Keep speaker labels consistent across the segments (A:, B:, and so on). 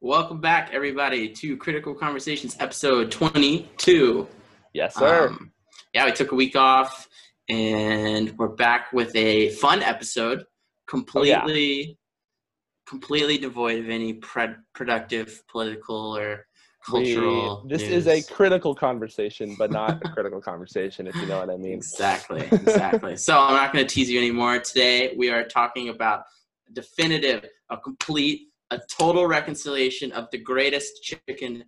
A: Welcome back, everybody, to Critical Conversations episode 22.
B: Yes, sir.
A: Um, yeah, we took a week off and we're back with a fun episode, completely,
B: Oh,
A: completely devoid of any pre- productive political or
B: We-
A: cultural.
B: this is a
A: news.
B: critical conversation, but not a critical conversation, if you know what I mean.
A: Exactly, exactly. so I'm not going to tease you anymore. Today we are talking about definitive, a complete, a total reconciliation of the greatest chicken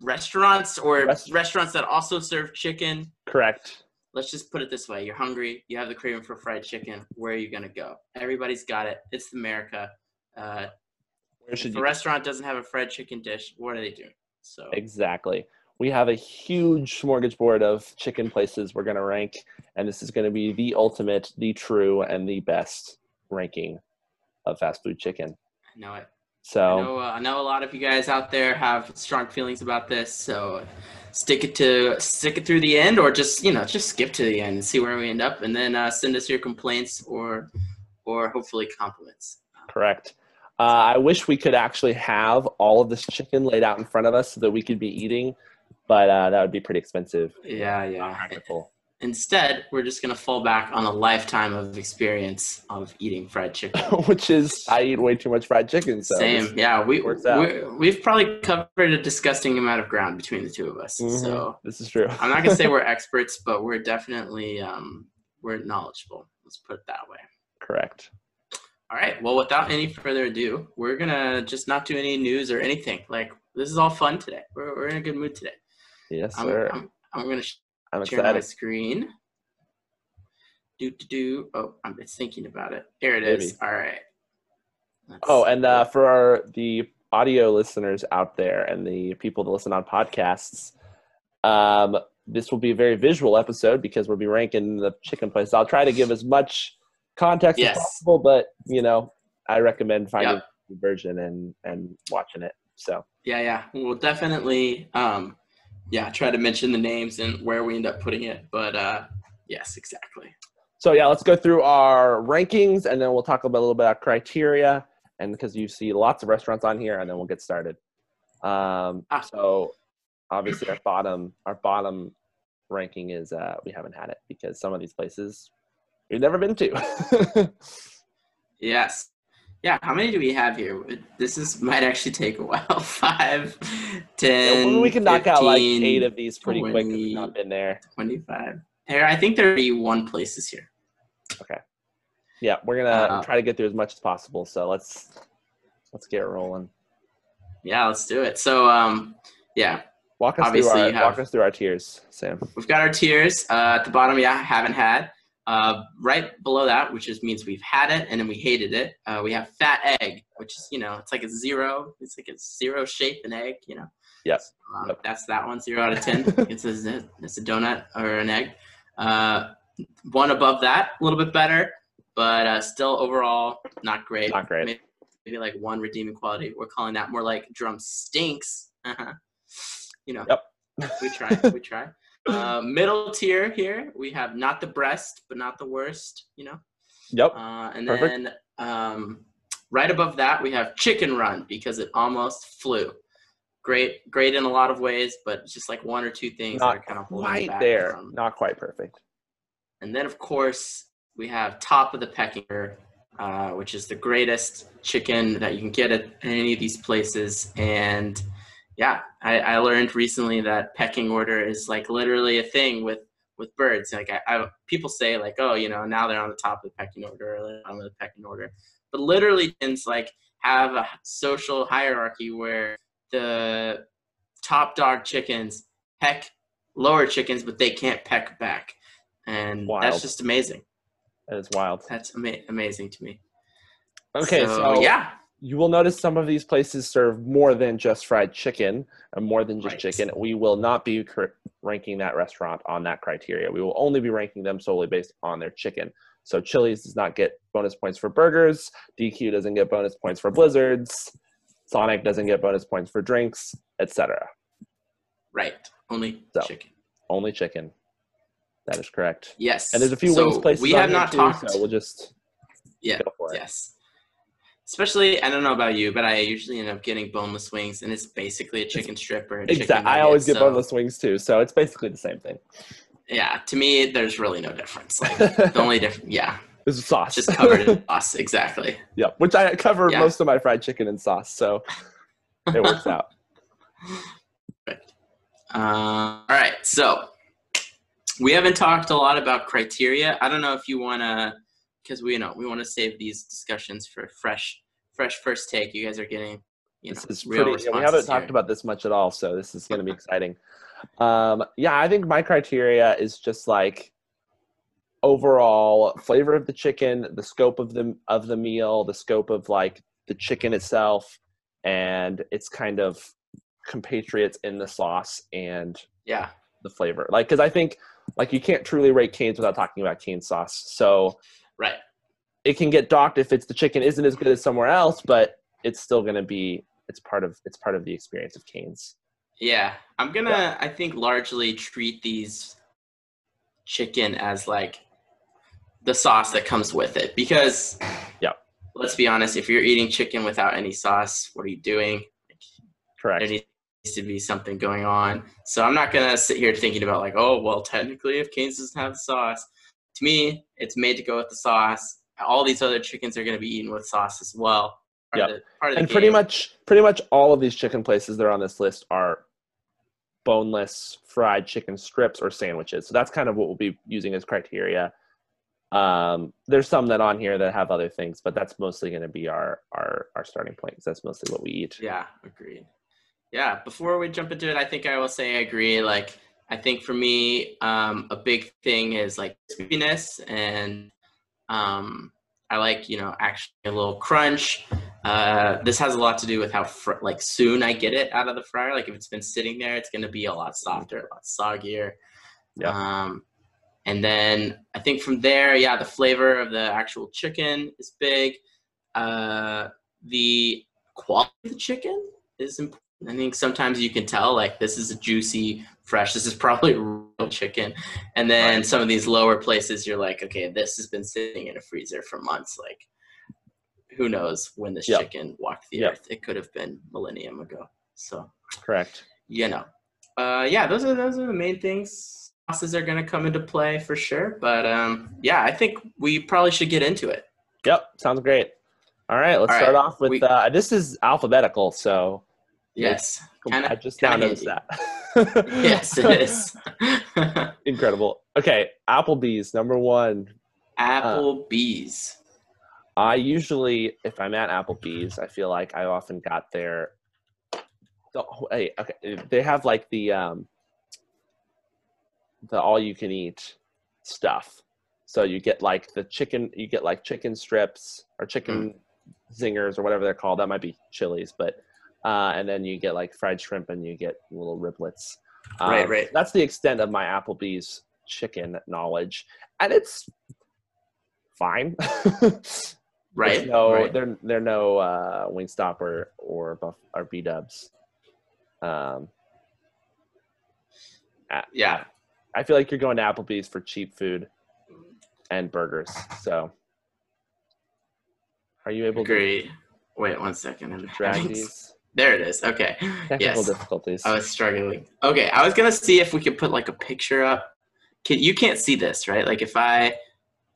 A: restaurants or
B: Rest-
A: restaurants that also serve chicken.
B: Correct.
A: Let's just put it this way: you're hungry, you have the craving for fried chicken. Where are you going to go? Everybody's got it. It's America. Uh,
B: Where
A: if
B: should
A: a
B: you?
A: restaurant doesn't have a fried chicken dish, what are they doing? So
B: Exactly. We have a huge smorgasbord of chicken places we're going to rank, and this is going to be the ultimate, the true, and the best ranking of fast food chicken.
A: I know it. I
B: So,
A: know, uh, I know a lot of you guys out there have strong feelings about this, so stick it to stick it through the end, or just you know just skip to the end and see where we end up, and then uh, send us your complaints or or hopefully compliments.
B: correct. Uh, I wish we could actually have all of this chicken laid out in front of us so that we could be eating, but uh, that would be pretty expensive.
A: Yeah,
B: Not
A: yeah.
B: practical.
A: Instead, we're just gonna fall back on a lifetime of experience of eating fried chicken.
B: which is I eat way too much fried chicken. So
A: Same,
B: this-
A: yeah. We
B: works out.
A: we we've probably covered a disgusting amount of ground between the two of us.
B: Mhm.
A: So
B: this is true.
A: I'm not gonna say we're experts, but we're definitely um, we're knowledgeable. Let's put it that way.
B: Correct.
A: All right. Well, without any further ado, we're gonna just not do any news or anything. Like this is all fun today. We're we're in a good mood today.
B: Yes,
A: I'm
B: sir. I'm,
A: I'm, I'm gonna sh- share my
B: excited.
A: screen. Do do do. Oh, I'm it's thinking about it. There it is.
B: Maybe.
A: All right. Let's
B: Oh, and
A: see.
B: uh, for our the audio listeners out there and the people that listen on podcasts, um, this will be a very visual episode because we'll be ranking the chicken places. I'll try to give as much context
A: Yes.
B: as possible, but you know, I recommend finding
A: Yep.
B: the version and and watching it. So
A: yeah, yeah. We'll definitely um, yeah, try to mention the names and where we end up putting it. But uh, yes, exactly.
B: So yeah, let's go through our rankings, and then we'll talk about a little bit about criteria, and because you see lots of restaurants on here, and then we'll get started. Um,
A: Ah.
B: So obviously, our bottom our bottom ranking is uh, we haven't had it because some of these places we've never been to.
A: Yes. Yeah, how many do we have here? This is might actually take a while. Five, ten,
B: we can knock out like
A: 15,
B: eight of these pretty quick. 'cause
A: 20.
B: We've not been there.
A: 25. Here, I think there are one places here.
B: Yeah, we're gonna
A: Uh,
B: try to get through as much as possible. So let's let's get rolling.
A: Yeah, let's do it. So, um, yeah,
B: Walk us through
A: Obviously,
B: our
A: you have-
B: walk us through our tiers, Sam.
A: we've got our tiers uh, at the bottom. Yeah, haven't had. Uh, right below that, which just means we've had it and then we hated it. Uh, we have fat egg, which is you know it's like a zero. It's like a zero shape an egg. You know.
B: Yes.
A: Um,
B: Yep.
A: That's that one, zero out of ten. it's, a, it's a donut or an egg. Uh, one above that, a little bit better, but uh, still overall not great.
B: Not great.
A: Maybe, maybe like one redeeming quality. We're calling that more like drum stinks. Uh-huh. You know,
B: Yep.
A: we try, we try. Uh, middle tier here, we have not the breast, but not the worst. You know,
B: Yep.
A: uh, and
B: Perfect.
A: then um, right above that, we have Chicken Run because it almost flew. Great, great in a lot of ways, but it's just like one or two things that are
B: not
A: kind of holding it
B: quite
A: back.
B: there.
A: from-
B: Not quite perfect.
A: And then, of course, we have top of the pecking order, uh, which is the greatest chicken that you can get at any of these places. And yeah, I, I learned recently that pecking order is like literally a thing with with birds. Like I, I, people say, like, oh, you know, now they're on the top of the pecking order, or they're on the pecking order. But literally, chickens like have a social hierarchy where the top dog chickens peck lower chickens, but they can't peck back, and
B: Wild.
A: that's just amazing.
B: That is wild.
A: That's ama- amazing to me.
B: Okay, so,
A: yeah,
B: you will notice some of these places serve more than just fried chicken and more than just
A: Right.
B: chicken. We will not be cr- ranking that restaurant on that criteria. We will only be ranking them solely based on their chicken. So Chili's does not get bonus points for burgers. DQ doesn't get bonus points for blizzards. Sonic doesn't get bonus points for drinks, etc.
A: right. Only
B: So.
A: chicken.
B: Only chicken. That is correct.
A: Yes.
B: And there's a few
A: so
B: wings places
A: we
B: on
A: have
B: here
A: not
B: too,
A: talked.
B: So we'll just
A: Yeah,
B: go for it.
A: Yes. especially I don't know about you, but I usually end up getting boneless wings, and it's basically a chicken strip or a chicken.
B: Exactly. I always
A: nugget,
B: get
A: so,
B: boneless wings too, so it's basically the same thing.
A: Yeah, to me, there's really no difference. Like the
B: this
A: only difference, yeah,
B: is sauce.
A: just covered in sauce. Exactly.
B: yeah, which I cover
A: Yeah.
B: most of my fried chicken in sauce, so it works out.
A: Uh, all right, so we haven't talked a lot about criteria. I don't know if you want to, because we you know we want to save these discussions for fresh, fresh first take. You guys are getting, you know,
B: This is
A: real
B: pretty. yeah, we
A: responses
B: haven't talked
A: here.
B: about this much at all, so this is going to be exciting. Um, yeah, I think my criteria is just like overall flavor of the chicken, the scope of the of the meal, the scope of like the chicken itself, and its kind of compatriots in the sauce and
A: Yeah,
B: the flavor. Like, because I think like you can't truly rate Cane's without talking about Cane sauce. So
A: right.
B: it can get docked if it's the chicken isn't as good as somewhere else, but it's still going to be it's part of it's part of the experience of Cane's.
A: Yeah, I'm gonna. I think largely treat these chicken as like the sauce that comes with it because.
B: Yeah.
A: Let's be honest. If you're eating chicken without any sauce, what are you doing?
B: Correct.
A: there needs to be something going on. So I'm not gonna sit here thinking about like, oh well, technically, if Canes doesn't have the sauce, to me, it's made to go with the sauce. All these other chickens are gonna be eaten with sauce as well. Part
B: Yeah.
A: of the, part of the
B: and pretty
A: game.
B: much pretty much all of these chicken places that are on this list are boneless fried chicken strips or sandwiches so that's kind of what we'll be using as criteria um, there's some that on here that have other things but that's mostly going to be our our our starting point 'cause that's mostly what we eat
A: Yeah, agreed. Yeah, before we jump into it, I think I will say I agree. Like, I think for me, um, a big thing is like crispiness, and um, I like you know actually a little crunch. Uh, this has a lot to do with how fr- like soon I get it out of the fryer. Like if it's been sitting there, it's going to be a lot softer, a lot soggier.
B: Yeah.
A: Um, and then I think from there, yeah, the flavor of the actual chicken is big. Uh, the quality of the chicken is important. I think sometimes you can tell like this is a juicy, fresh. This is probably real chicken. And then
B: Right.
A: some of these lower places, you're like, okay, this has been sitting in a freezer for months. Like, who knows when this
B: Yeah.
A: chicken walked the
B: Yeah.
A: earth? It could have been millennium ago. So
B: correct
A: you know, uh, yeah, those are those are the main things. Sauces are going to come into play for sure. But um, yeah, I think we probably should get into it.
B: yep sounds great all right let's
A: All
B: start
A: right,
B: off with
A: we-
B: uh, this is alphabetical so
A: Yes, Kinda-
B: i just now
A: kinda
B: noticed that
A: yes, it is.
B: incredible okay applebee's number one Uh,
A: Applebee's.
B: I usually, if I'm at Applebee's, I feel like I often got their. The, hey, okay, they have like the um, the all you can eat stuff. So you get like the chicken, you get like chicken strips or chicken
A: Mm.
B: zingers or whatever they're called. That might be chilies, but uh, and then you get like fried shrimp and you get little riblets. Um,
A: Right, right.
B: That's the extent of my Applebee's chicken knowledge, and it's fine.
A: right.
B: There's no,
A: right.
B: there there are no uh, Wingstop or or Buff or B Dubs. Um,
A: Yeah.
B: I feel like you're going to Applebee's for cheap food and burgers. So, are you able
A: Agree. Wait one second. I'm
B: to drag
A: having-
B: these
A: There it is. Okay.
B: technical
A: Yes.
B: difficulties?
A: I was struggling. Okay, I was gonna see if we could put like a picture up. Can you can't see this, right? Like if I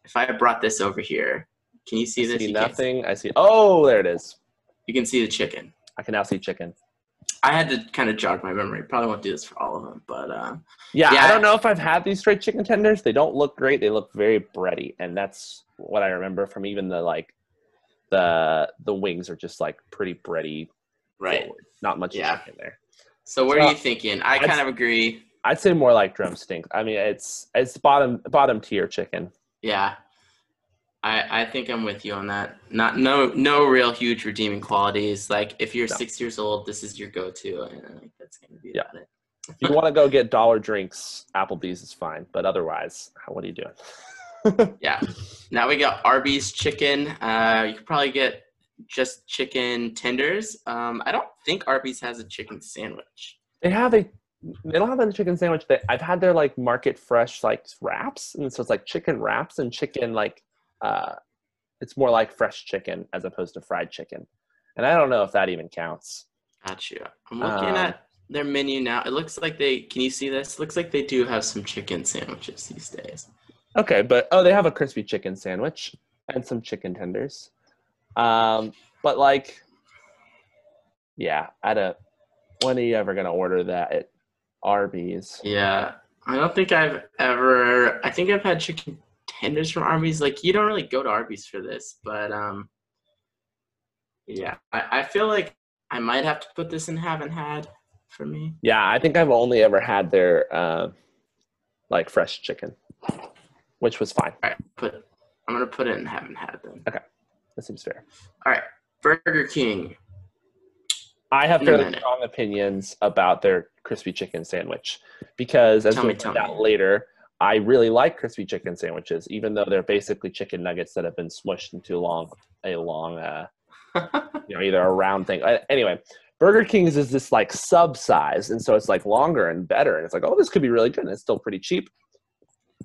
A: if I brought this over here, can you see
B: I
A: this?
B: see
A: you, can't see-
B: nothing. I see. Oh, there it is.
A: you can see the chicken.
B: I can now see chicken.
A: I had to kind of jog my memory. Probably won't do this for all of them, but uh,
B: Yeah,
A: Yeah.
B: I don't know if I've had these straight chicken tenders. They don't look great. They look very bready, and that's what I remember from even the like the the wings are just like pretty bready
A: right.
B: forward. Not much
A: Yeah.
B: chicken there.
A: So what
B: So,
A: are you thinking? I
B: I'd-
A: kind of agree.
B: I'd say more like drumsticks. I mean, it's it's bottom bottom tier chicken.
A: Yeah, I I think I'm with you on that. Not no no real huge redeeming qualities. Like if you're
B: No.
A: six years old, this is your go-to, and I think that's gonna be
B: Yeah.
A: about it.
B: If you want to go get dollar drinks, Applebee's is fine. But otherwise, how- what are you doing?
A: Yeah. Now we got Arby's chicken. Uh, you could probably get just chicken tenders. Um, I don't think Arby's has a chicken sandwich.
B: They have a they don't have a chicken sandwich. They, I've had their like market fresh like wraps, and so it's like chicken wraps and chicken like uh it's more like fresh chicken as opposed to fried chicken. And I don't know if that even counts.
A: Got you. I'm looking
B: Um,
A: at their menu now. It looks like they can you see this? Looks like they do have some chicken sandwiches these days.
B: Okay, but oh, they have a crispy chicken sandwich and some chicken tenders. Um, but like, yeah, I don't. When are you ever gonna order that at Arby's?
A: Yeah. I don't think I've ever I think I've had chicken tenders from Arby's. Like you don't really go to Arby's for this, but um yeah. I, I feel like I might have to put this in haven't had for me.
B: Yeah, I think I've only ever had their uh, like fresh chicken, which was fine.
A: All right, put I'm gonna put it in haven't had then.
B: That seems fair.
A: Burger King.
B: I have
A: Wait a
B: fairly
A: minute.
B: strong opinions about their crispy chicken sandwich because, as
A: Tell
B: we'll
A: me,
B: find
A: tell
B: out
A: me.
B: later, I really like crispy chicken sandwiches, even though they're basically chicken nuggets that have been smushed into long a long, uh, you know, either a round thing. Uh, Anyway, Burger King's is this like sub size, and so it's like longer and better, and it's like, oh, this could be really good, and it's still pretty cheap.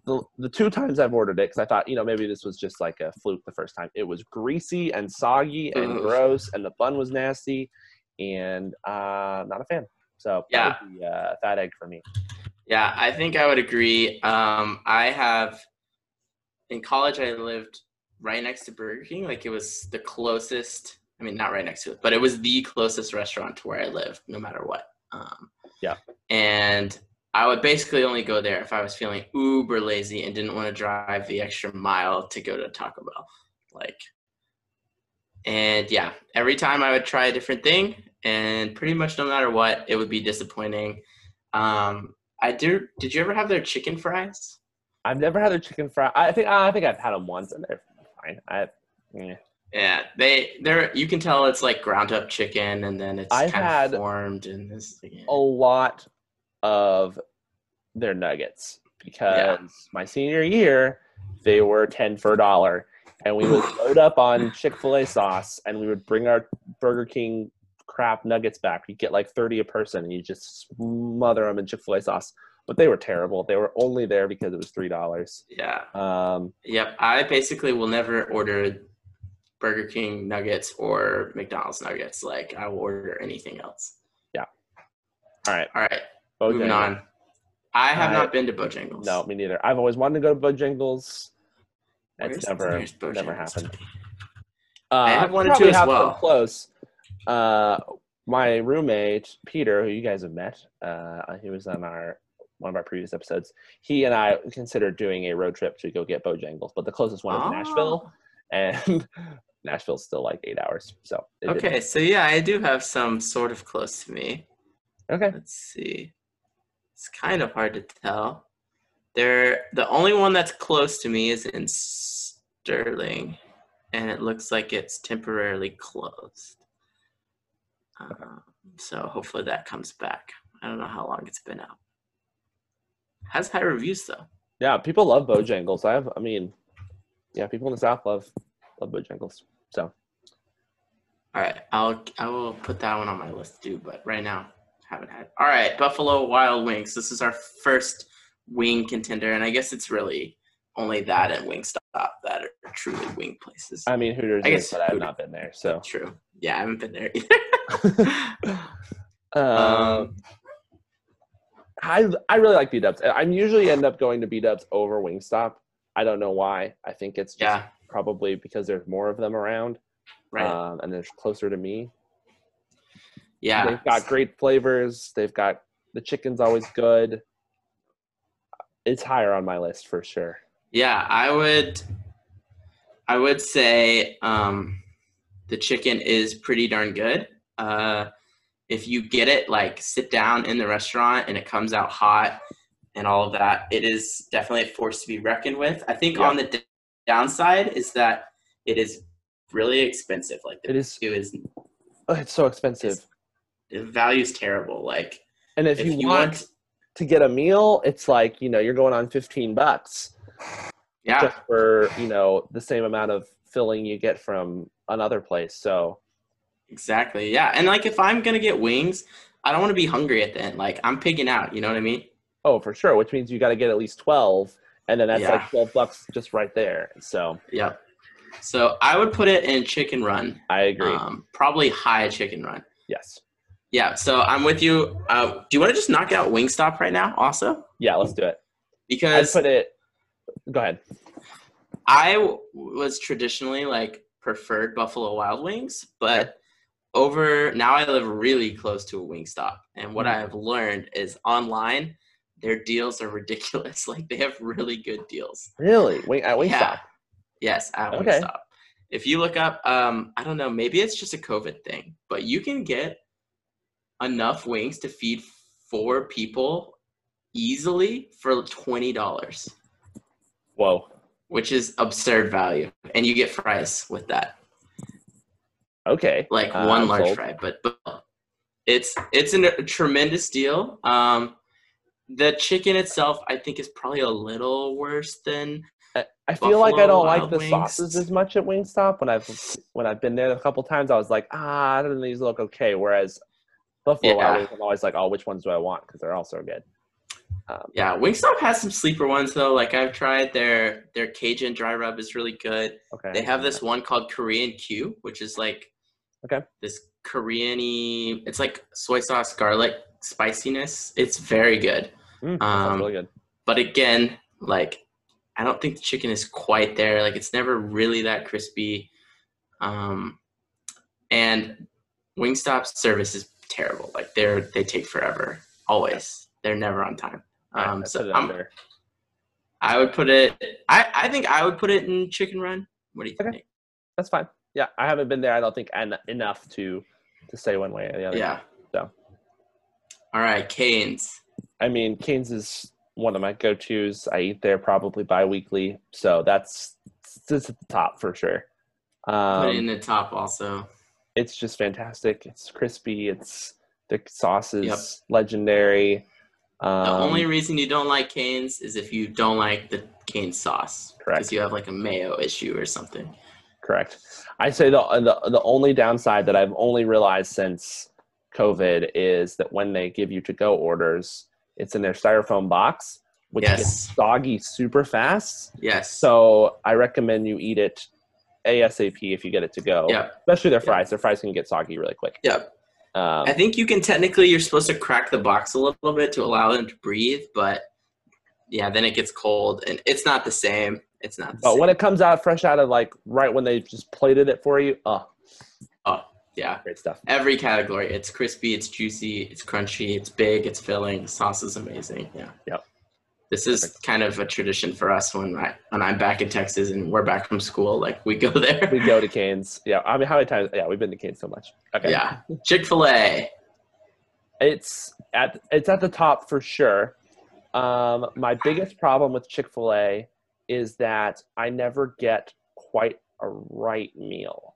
B: The, the two times I've ordered it, because I thought, you know, maybe this was just like a fluke the first time. It was greasy and soggy and
A: Ugh.
B: gross, and the bun was nasty and uh, not a fan. So
A: Yeah.
B: that would be uh, fat egg for me.
A: Yeah, I think I would agree. Um, I have in college. I lived right next to Burger King. Like it was the closest. I mean, not right next to it, but it was the closest restaurant to where I lived, no matter what. Um,
B: Yeah.
A: And I would basically only go there if I was feeling uber lazy and didn't want to drive the extra mile to go to Taco Bell. Like, and yeah, every time I would try a different thing, and pretty much no matter what, it would be disappointing. Um, I do. Did you ever have their chicken fries?
B: I've never had their chicken fry. I think I think I've had them once, and they're fine. I eh.
A: Yeah, they they're. You can tell it's like ground up chicken, and then it's
B: I've
A: kind
B: had- Oh.
A: of formed and this. yeah.
B: a lot of their nuggets because my senior year they were ten for a dollar, and we would load up on Chick Fil A sauce, and we would bring our Burger King crap nuggets back. You get like thirty a person, and you just smother them in Chick Fil A sauce. But they were terrible. They were only there because it was three dollars.
A: yeah.
B: Um,
A: Yep. I basically will never order Burger King nuggets or McDonald's nuggets. Like I will order anything else.
B: all right,
A: All right,
B: Bojangles.
A: moving on. I have
B: I-
A: not been to Bojangles.
B: No, me neither. I've always wanted to go to Bojangles.
A: Where's-
B: It's never,
A: where's
B: never
A: Bojangles?
B: happened. Uh,
A: have wanted to
B: probably
A: as
B: have some
A: well.
B: Close. Uh, my roommate Peter, who you guys have met, uh, he was on our one of our previous episodes. He and I considered doing a road trip to go get Bojangles, but the closest one is
A: Ah,
B: Nashville, and Nashville's still like eight hours. So it didn't-
A: Okay, so yeah, I do have some sort of close to me.
B: okay,
A: Let's see. It's kind of hard to tell. There, the only one that's close to me is in Sterling, and it looks like it's temporarily closed. Um, so hopefully that comes back. I don't know how long it's been out. Has high reviews though.
B: yeah, people love Bojangles. I have, I mean, yeah, people in the South love love Bojangles. So
A: All right, I'll I will put that one on my list too, but right now haven't had. All right, Buffalo Wild Wings. This is our first wing contender, and I guess it's really only that and Wingstop that are truly wing places.
B: I mean, Hooters
A: I
B: is,
A: guess
B: but I've
A: Hooters.
B: not been there. So,
A: True. Yeah, I haven't been there either.
B: um,
A: um,
B: I I really like B Dubs. I am usually end up going to B Dubs over Wingstop. I don't know why. I think it's just
A: yeah,
B: probably because there's more of them around,
A: right.
B: um, and they're closer to me.
A: yeah,
B: They've got great flavors. They've got the chicken's always good. It's higher on my list for sure.
A: yeah. I would, I would say um, the chicken is pretty darn good. Uh, if you get it, like sit down in the restaurant and it comes out hot and all of that, it is definitely a force to be reckoned with. I think
B: Yeah.
A: on the d- downside is that it is really expensive. Like the
B: It is.
A: value is
B: oh, It's so expensive.
A: It's- the value is terrible. Like
B: and if, you, want, to get a meal, it's like you know you're going on 15 bucks.
A: yeah,
B: just for you know the same amount of filling you get from another place. So
A: Exactly. Yeah. And like if I'm gonna get wings, I don't wanna be hungry at the end. Like I'm pigging out, you know what I mean?
B: oh, for sure, which means you got to get at least twelve, and then that's
A: Yeah.
B: like twelve bucks just right there. So
A: Yep. So I would put it in chicken run.
B: I agree.
A: Um, probably high chicken run.
B: yes.
A: Yeah, so I'm with you. Uh, do you want to just knock out Wingstop right now also?
B: Yeah, let's do it. I
A: Because
B: put it. Go ahead.
A: I w- was traditionally like preferred Buffalo Wild Wings, but over now I live really close to a Wingstop, and what I have learned is online their deals are ridiculous. Like they have really good deals.
B: Really? Wait, at Wingstop.
A: Yeah. Yes, at
B: Okay.
A: Wingstop. If you look up, um, I don't know, maybe it's just a COVID thing, but you can get enough wings to feed four people easily for twenty dollars,
B: Whoa.
A: which is absurd value, and you get fries with that.
B: Okay.
A: like
B: Uh,
A: one
B: I'm
A: large
B: sold.
A: fry, but, but it's it's an, a tremendous deal. Um, the chicken itself, I think, is probably a little worse than
B: I, I feel like I
A: Buffalo
B: don't like
A: Wild
B: the
A: Wings.
B: sauces as much at Wingstop. When I've when I've been there a couple times, I was like, ah, I don't know, these look okay. Whereas
A: Yeah.
B: Buffalo Wild Wings, I'm always like, oh, which ones do I want? Because they're all so good.
A: yeah. Wingstop has some sleeper ones though. Like I've tried their their Cajun dry rub is really good.
B: Okay.
A: They have this one called Korean Q, which is like
B: Okay.
A: this Koreany. It's like soy sauce, garlic, spiciness. It's very good.
B: Mm, that sounds
A: um,
B: really good.
A: but again, like I don't think the chicken is quite there. Like it's never really that crispy. Um, and Wingstop's service is terrible. Like they're they take forever. Always. They're never on time.
B: Alright,
A: Um,
B: I put
A: so
B: it
A: I'm-
B: under.
A: I would put it. I I think I would put it in Chicken Run. What do you
B: Okay.
A: think?
B: That's fine. Yeah, I haven't been there. I don't think en- enough to to say one way or the other.
A: Yeah.
B: So.
A: All right, Canes.
B: I mean, Canes is one of my go-tos. I eat there probably bi-weekly, so that's it's at the top for sure.
A: Put it in
B: Um,
A: the top also.
B: it's just fantastic. It's crispy. It's the sauce is
A: Yep.
B: legendary. Um,
A: The only reason you don't like Canes is if you don't like the Canes sauce.
B: Correct.
A: Because you have like a mayo issue or something.
B: correct. I say the, the the only downside that I've only realized since COVID is that when they give you to-go orders, it's in their styrofoam box, which gets
A: Yes.
B: soggy super fast.
A: Yes.
B: So I recommend you eat it ASAP if you get it to go.
A: yeah,
B: Especially their
A: Yeah.
B: fries. Their fries can get soggy really quick.
A: yeah.
B: Um,
A: I think you can technically you're supposed to crack the box a little bit to allow them to breathe, but yeah, then it gets cold and it's not the same. It's not. The
B: but
A: same.
B: when it comes out fresh out of like right when they just plated it for you, oh,
A: yeah,
B: great stuff.
A: every category. It's crispy. It's juicy. It's crunchy. It's big. It's filling. The sauce is amazing. Yeah.
B: Yep.
A: This is
B: Perfect.
A: kind of a tradition for us when I when I'm back in Texas and we're back from school. Like we go there.
B: We go to Canes. Yeah, I mean, how many times? Yeah, we've been to Canes so much. Okay.
A: Yeah. Chick Fil A.
B: It's at it's at the top for sure. Um, my biggest problem with Chick Fil A is that I never get quite a right meal.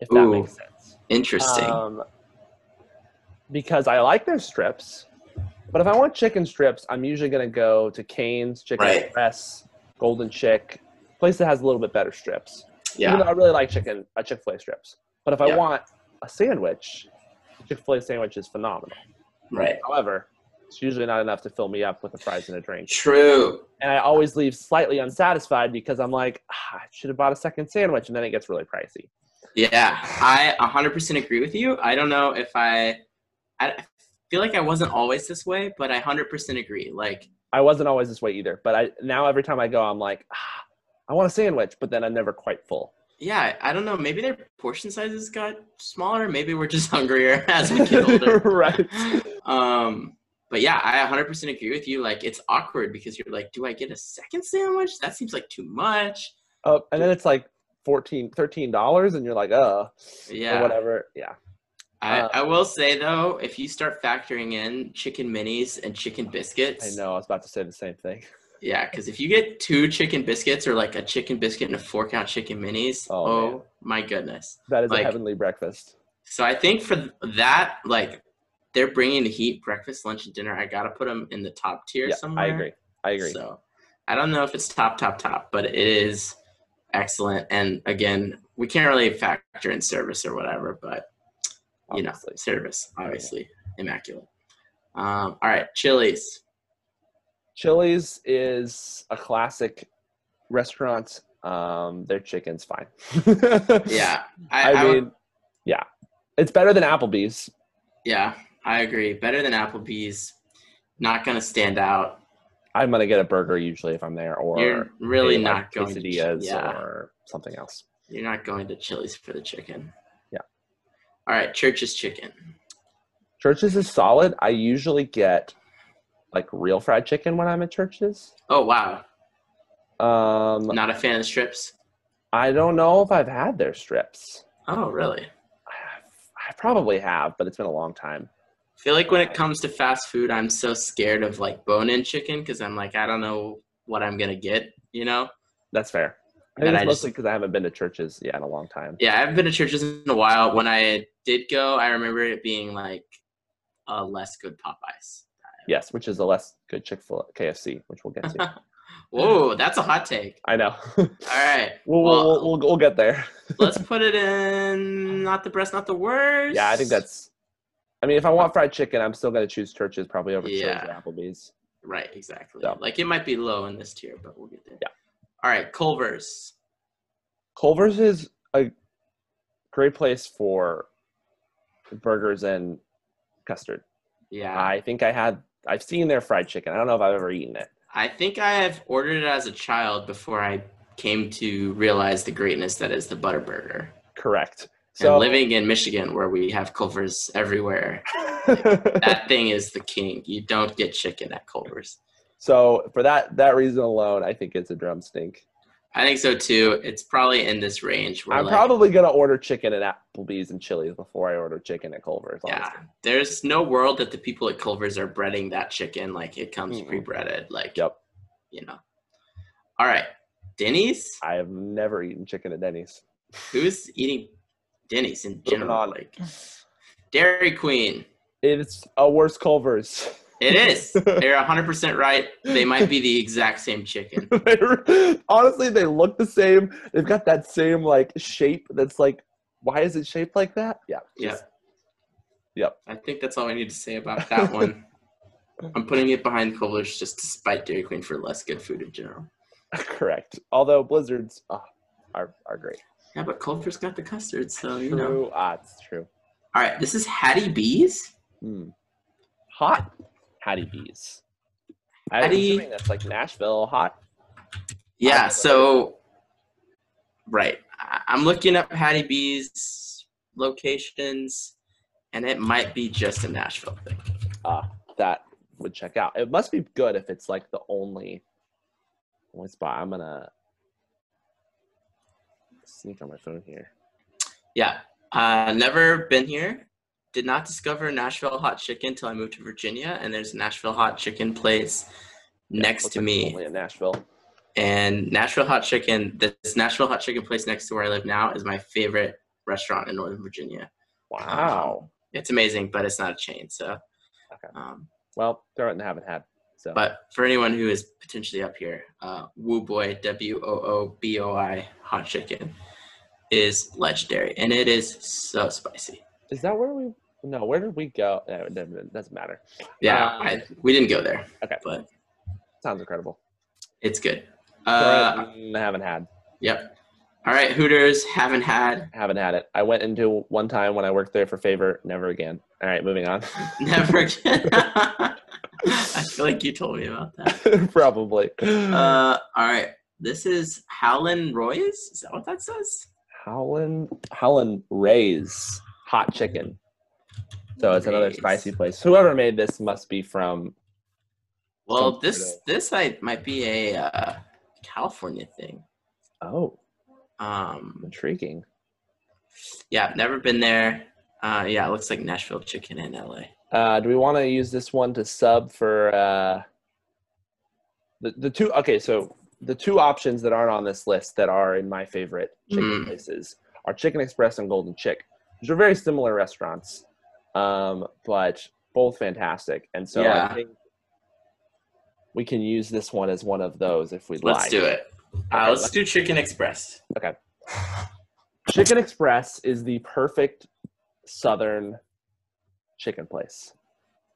B: If that
A: Ooh.
B: makes sense.
A: Interesting.
B: Um, because I like their strips, but if I want chicken strips, I'm usually going to go to Cane's, Chicken
A: Right.
B: Express, Golden Chick, place that has a little bit better strips. Even
A: yeah.
B: though I really like chicken, uh, Chick Fil A strips, but if I
A: Yeah.
B: want a sandwich, Chick Fil A sandwich is phenomenal.
A: Right.
B: However, it's usually not enough to fill me up with the fries and a drink,
A: True.
B: and I always leave slightly unsatisfied because I'm like, ah, I should have bought a second sandwich, and then it gets really pricey.
A: Yeah, I 100% agree with you. I don't know if I, I feel like I wasn't always this way, but I 100% agree. Like,
B: I wasn't always this way either, but I now every time I go, I'm like, ah, I want a sandwich, but then I'm never quite full.
A: yeah, I don't know. Maybe their portion sizes got smaller. Maybe we're just hungrier as we get older.
B: right?
A: um, but yeah, I 100% agree with you. Like, it's awkward because you're like, do I get a second sandwich? That seems like too much.
B: Oh, and then it's like 14 dollars, and you're like, uh,
A: Yeah.
B: or whatever. Yeah,
A: I,
B: Uh,
A: I will say though, if you start factoring in chicken minis and chicken biscuits,
B: I know. I was about to say the same thing.
A: Yeah, because if you get two chicken biscuits or like a chicken biscuit and a four count chicken minis,
B: Oh,
A: oh,
B: man.
A: my goodness.
B: That is a
A: Like-
B: heavenly breakfast.
A: So I think for that, like they're bringing the heat breakfast, lunch, and dinner. I got to put them in the top tier
B: Yeah,
A: somewhere.
B: I agree. I agree.
A: So I don't know if it's top, top, top, but it is excellent. And again, we can't really factor in service or whatever, but you know,
B: obviously.
A: service, obviously, immaculate. Um, all right, Chili's.
B: Chili's is a classic restaurant. Um, their chicken's fine.
A: Yeah.
B: I,
A: I would-
B: mean, yeah, it's better than Applebee's.
A: yeah, I agree. Better than Applebee's. Not going to stand out.
B: I'm gonna get a burger usually if I'm there, or
A: You're really
B: a, like,
A: not going to.
B: quesadillas
A: Yeah.
B: or something else.
A: You're not going to Chili's for the chicken.
B: Yeah.
A: All right, Church's chicken.
B: Churches is solid. I usually get like real fried chicken when I'm at churches.
A: Oh wow,
B: Um,
A: not a fan of strips.
B: I don't know if I've had their strips.
A: Oh really?
B: I, I probably have, but it's been a long time.
A: I feel like when it comes to fast food, I'm so scared of like bone-in chicken because I'm like I don't know what I'm gonna get. You know?
B: That's fair. I
A: And
B: think
A: I
B: it's
A: just-
B: mostly because I haven't been to churches yeah in a long time.
A: Yeah, I haven't been to churches in a while. When I did go, I remember it being like a less good Popeyes.
B: Yes, which is a less good Chick Fil A KFC, which we'll get to.
A: Whoa, that's a hot take.
B: I know.
A: All right,
B: we'll,
A: Well-
B: we'll, we'll we'll get there.
A: let's put it in not the best, not the worst.
B: Yeah, I think that's. I mean, if I want fried chicken, I'm still gonna choose churches probably over
A: Yeah.
B: churches or Applebee's.
A: Right, exactly.
B: So.
A: Like it might be low in this tier, but we'll get there.
B: Yeah.
A: All right, Culver's.
B: Culver's is a great place for burgers and custard.
A: Yeah.
B: I think I had. I've seen their fried chicken. I don't know if I've ever eaten it.
A: I think I have ordered it as a child before I came to realize the greatness that is the Butterburger.
B: Correct. So
A: and living in Michigan where we have Culver's everywhere, that thing is the king. You don't get chicken at Culver's.
B: so for that that reason alone, I think it's a drum stink.
A: I think so too. It's probably in this range where
B: I'm
A: like,
B: probably gonna order chicken at Applebee's and Chili's before I order chicken at Culver's.
A: yeah,
B: honestly.
A: there's no world that the people at Culver's are breading that chicken like it comes
B: Mm-mm.
A: pre-breaded like
B: Yep.
A: you know. All right. Denny's?
B: I have never eaten chicken at Denny's.
A: Who's eating Denny's in
B: Moving
A: general?
B: on.
A: Like Dairy Queen.
B: It's a worse Culver's.
A: It is. They're 100% right. They might be the exact same chicken.
B: They were- honestly, they look the same. They've got that same like shape. That's like, why is it shaped like that? Yeah.
A: Yeah.
B: just- Yep.
A: I think that's all I need to say about that one. I'm putting it behind Culver's just to spite Dairy Queen for less good food in general.
B: Correct. Although blizzards ah, are are great.
A: Yeah, but Culver's got the custard, so you know.
B: True. Ah, it's true.
A: All right, this is Hattie B's.
B: Mm. Hot Hattie Bees. I'm
A: Hattie-
B: assuming that's like Nashville hot.
A: Yeah,
B: I've
A: so right. I- I'm looking up Hattie B's locations, and it might be just a Nashville thing.
B: Ah, that would check out. It must be good if it's like the only only spot. I'm gonna sneak on my phone here.
A: Yeah. Uh, never been here. Did not discover Nashville hot chicken until I moved to Virginia, and there's a Nashville hot chicken place next
B: Looks
A: to
B: like it's
A: me.
B: Only in Nashville.
A: And Nashville hot chicken, this Nashville hot chicken place next to where I live now, is my favorite restaurant in Northern Virginia.
B: Wow.
A: It's amazing, but it's not a chain. So,
B: Okay.
A: um,
B: Well, throw it and haven't had. So
A: but for anyone who is potentially up here, uh, Woo Boy W O O B O I hot chicken is legendary, and it is so spicy.
B: is that where we? No, where did we go? No, it doesn't it doesn't matter.
A: Yeah,
B: Um,
A: I, we didn't go there.
B: Okay.
A: But
B: Sounds incredible.
A: it's good.
B: Throw
A: Uh,
B: it and haven't had.
A: Yep. All right, Hooters haven't had,
B: Haven't had it. I went into one time when I worked there for favor. Never again. All right, moving on.
A: never again. I feel like you told me about that.
B: Probably.
A: Uh, all right, this is Howlin' Roy's. Is that what that says?
B: Howlin Howlin Ray's hot chicken. So it's another
A: Ray's.
B: spicy place. Whoever made this must be from.
A: Well,
B: Some
A: this this I, might be a uh, California thing.
B: Oh,
A: Um,
B: intriguing.
A: yeah, never been there. Uh, yeah, it looks like Nashville chicken in LA.
B: Uh, do we want to use this one to sub for uh, the the two? Okay, so the two options that aren't on this list that are in my favorite chicken
A: Mm.
B: places are Chicken Express and Golden Chick, which are very similar restaurants, um, but both fantastic. And so
A: Yeah.
B: I think we can use this one as one of those if we'd
A: Let's
B: like.
A: do it. Uh,
B: Okay,
A: let's do Chicken Express.
B: Chicken Express is the perfect southern chicken place,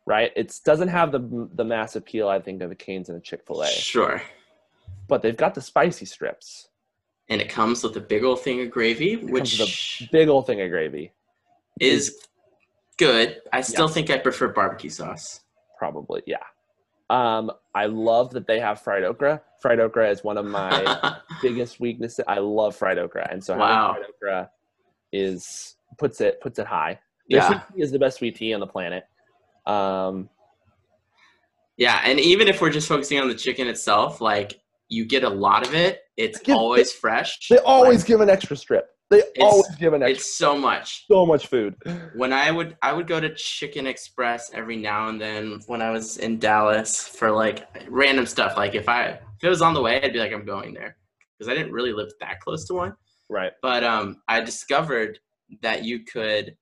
B: right? It doesn't have the the mass appeal I think of a Cane's and a Chick Fil A,
A: Sure.
B: but they've got the spicy strips.
A: and it comes with a big old thing of gravy,
B: comes with a
A: which
B: Big old thing of gravy,
A: is good. I still think I prefer barbecue sauce.
B: probably. Yeah. Um, I love that they have fried okra. Fried okra is one of my biggest weakness. I love fried okra, and so
A: Wow.
B: having fried okra is puts it puts it high. Their
A: yeah,
B: sweet tea is the best sweet tea on the planet. Um,
A: yeah, and even if we're just focusing on the chicken itself, like you get a lot of it. It's
B: Give-
A: always fresh.
B: they always give an extra strip. They always give an
A: Like,
B: extra.
A: it's so much.
B: So much food.
A: When I would I would go to Chicken Express every now and then when I was in Dallas for like random stuff. Like if I if it was on the way, I'd be like I'm going there because I didn't really live that close to one.
B: Right.
A: But um, I discovered that you could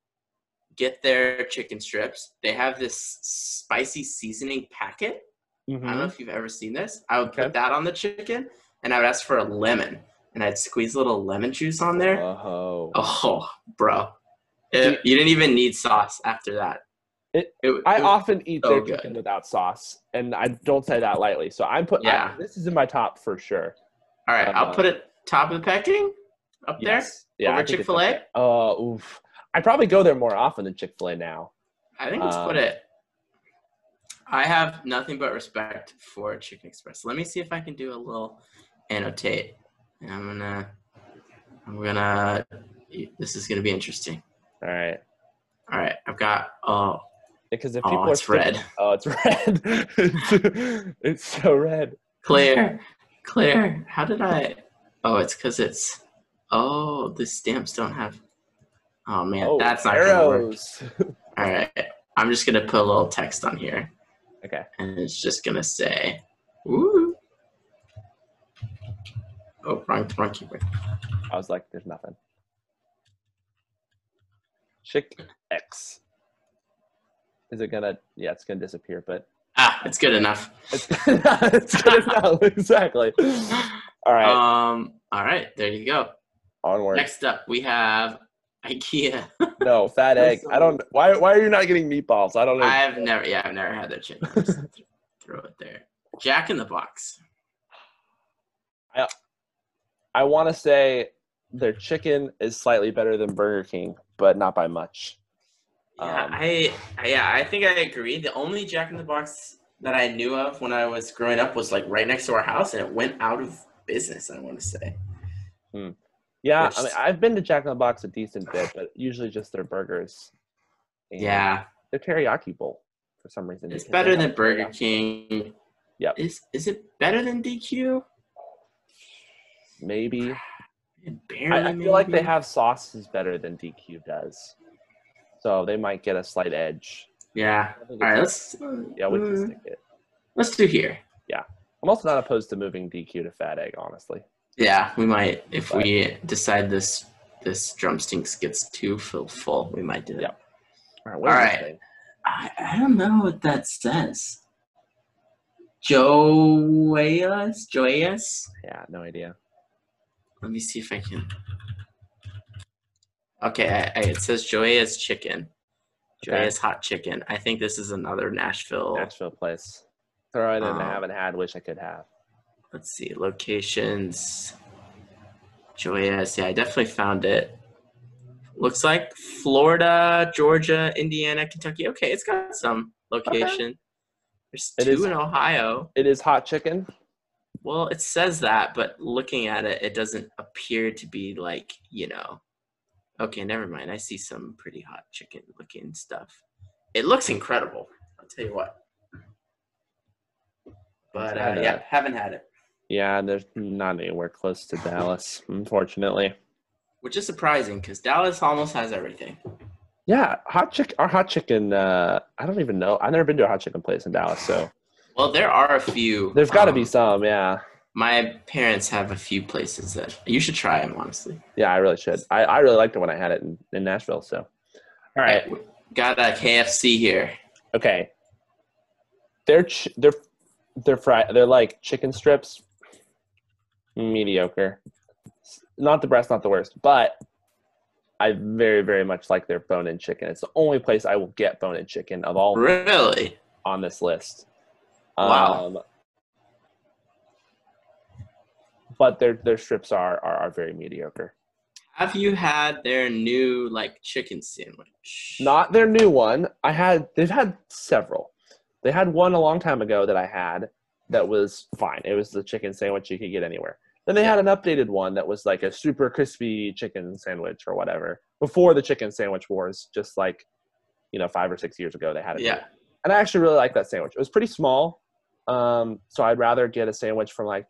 A: get their chicken strips. They have this spicy seasoning packet. I don't know
B: Mhm.
A: if you've ever seen this. I would
B: Okay.
A: put that on the chicken, and I would ask for a lemon, and I'd squeeze a little lemon juice on there.
B: Oh.
A: Oh, bro. It- you didn't even need sauce after that.
B: It-
A: It-
B: I
A: it-
B: often eat their
A: so good.
B: chicken without sauce, and I don't say that lightly. So I'm put.
A: Yeah.
B: I, this is in my top for sure.
A: all right, I'll
B: uh,
A: put it top of the pecking up
B: Yeah.
A: Over
B: I think it's
A: Chick-fil-A?
B: up there. Oh, oof. I probably go there more often than Chick Fil A now.
A: there. I think let's put
B: Um,
A: it. I have nothing but respect for Chicken Express. Let me see if I can do a little annotate. And I'm gonna, I'm gonna. This is gonna be interesting.
B: All right.
A: All right, I've got. Oh,
B: Because if people
A: oh,
B: are
A: it's
B: sticking-
A: red.
B: Oh, it's red. it's, it's so red.
A: Claire, Claire, how did I? Oh, it's because it's. Oh, the stamps don't have. Oh man,
B: oh,
A: that's not gonna work.
B: arrows.
A: All right, I'm just gonna put a little text on here,
B: okay.
A: and it's just gonna say, "Ooh." Oh, wrong, wrong keyboard.
B: I was like, there's nothing. Chick X. Is it gonna? Yeah, it's gonna disappear, but
A: Ah, it's good enough.
B: it's, it's gonna no, exactly. All right,
A: Um. All right, there you go.
B: onward.
A: Next up, we have IKEA.
B: No fat
A: I'm
B: egg. I
A: sorry.
B: don't. Why? Why are you not getting meatballs? I don't know.
A: I've never, yeah, I've never had their chicken. I'll just throw it there. Jack in the Box.
B: I want to say their chicken is slightly better than Burger King, but not by much.
A: Yeah,
B: Um,
A: I I- yeah, I think I agree. The only Jack in the Box that I knew of when I was growing up was like right next to our house, and it went out of business. I want to say.
B: Yeah,
A: Which-
B: I mean, I've been to Jack in the Box a decent bit, but usually just their burgers. and
A: Yeah,
B: their teriyaki bowl for some reason.
A: it's
B: because they
A: better
B: have
A: than Burger
B: teriyaki.
A: King.
B: Yep.
A: Is is it better than DQ?
B: Maybe.
A: Barely.
B: I, I feel like they
A: maybe.
B: have sauces better than DQ does. So they might get a slight edge.
A: Yeah.
B: I think
A: All right.
B: it's-
A: Let's.
B: yeah, we can
A: mm,
B: stick it.
A: let's do here.
B: I'm also not opposed to moving DQ to Fat Egg, honestly.
A: Yeah, we might if
B: But-
A: we decide this this drumsticks gets too full. Full, we might do that.
B: Yep. All right. What
A: All
B: do you
A: right.
B: think?
A: I, I don't know what that says. Joyous? Joyous?
B: Yeah, no idea.
A: Let me see if I can. Okay, I, I, it says Joyous Chicken.
B: Okay.
A: Joyous Hot Chicken. I think this is another Nashville.
B: Nashville place. Throw it in. I
A: Um,
B: haven't had. Wish I could have.
A: Let's see, locations. Joyous. Yeah, I definitely found it. Looks like Florida, Georgia, Indiana, Kentucky. Okay, it's got some location. There's
B: It
A: two
B: is-
A: in Ohio.
B: It is hot chicken.
A: Well, it says that, but looking at it, it doesn't appear to be like, you know. Okay, never mind. I see some pretty hot chicken looking stuff. It looks incredible. I'll tell you what. But uh,
B: Kinda-
A: yeah, haven't had it,
B: Yeah, there's not anywhere close to Dallas, unfortunately.
A: which is surprising because Dallas almost has everything.
B: Yeah, hot chick. Our hot chicken. Uh, I don't even know. I've never been to a hot chicken place in Dallas, so
A: Well, there are a few.
B: there's got to be
A: um,
B: some. Yeah,
A: My parents have a few places that you should try them, honestly.
B: yeah. I really should. I, I really liked it when I had it in, in Nashville. So, all right,
A: Got a KFC here.
B: Uh, okay. They're ch- they're they're fried. They're like chicken strips. Mediocre. S- Not the best, not the worst, but I very very much like their bone-in chicken. It's the only place I will get bone-in chicken of all
A: Really?
B: on Um, this list.
A: Wow.
B: Um, but their their strips are are, are very mediocre.
A: Have you had their new like chicken sandwich?
B: Not their new one. I had they've had several. They had one a long time ago that I had that was fine. It was the chicken sandwich you could get anywhere. Then they had an updated one that was like a super crispy chicken sandwich or whatever. Before the chicken sandwich wars, just like you know, five or six years ago, they had it.
A: Yeah.
B: And I actually really like that sandwich. It was pretty small, um, so I'd rather get a sandwich from like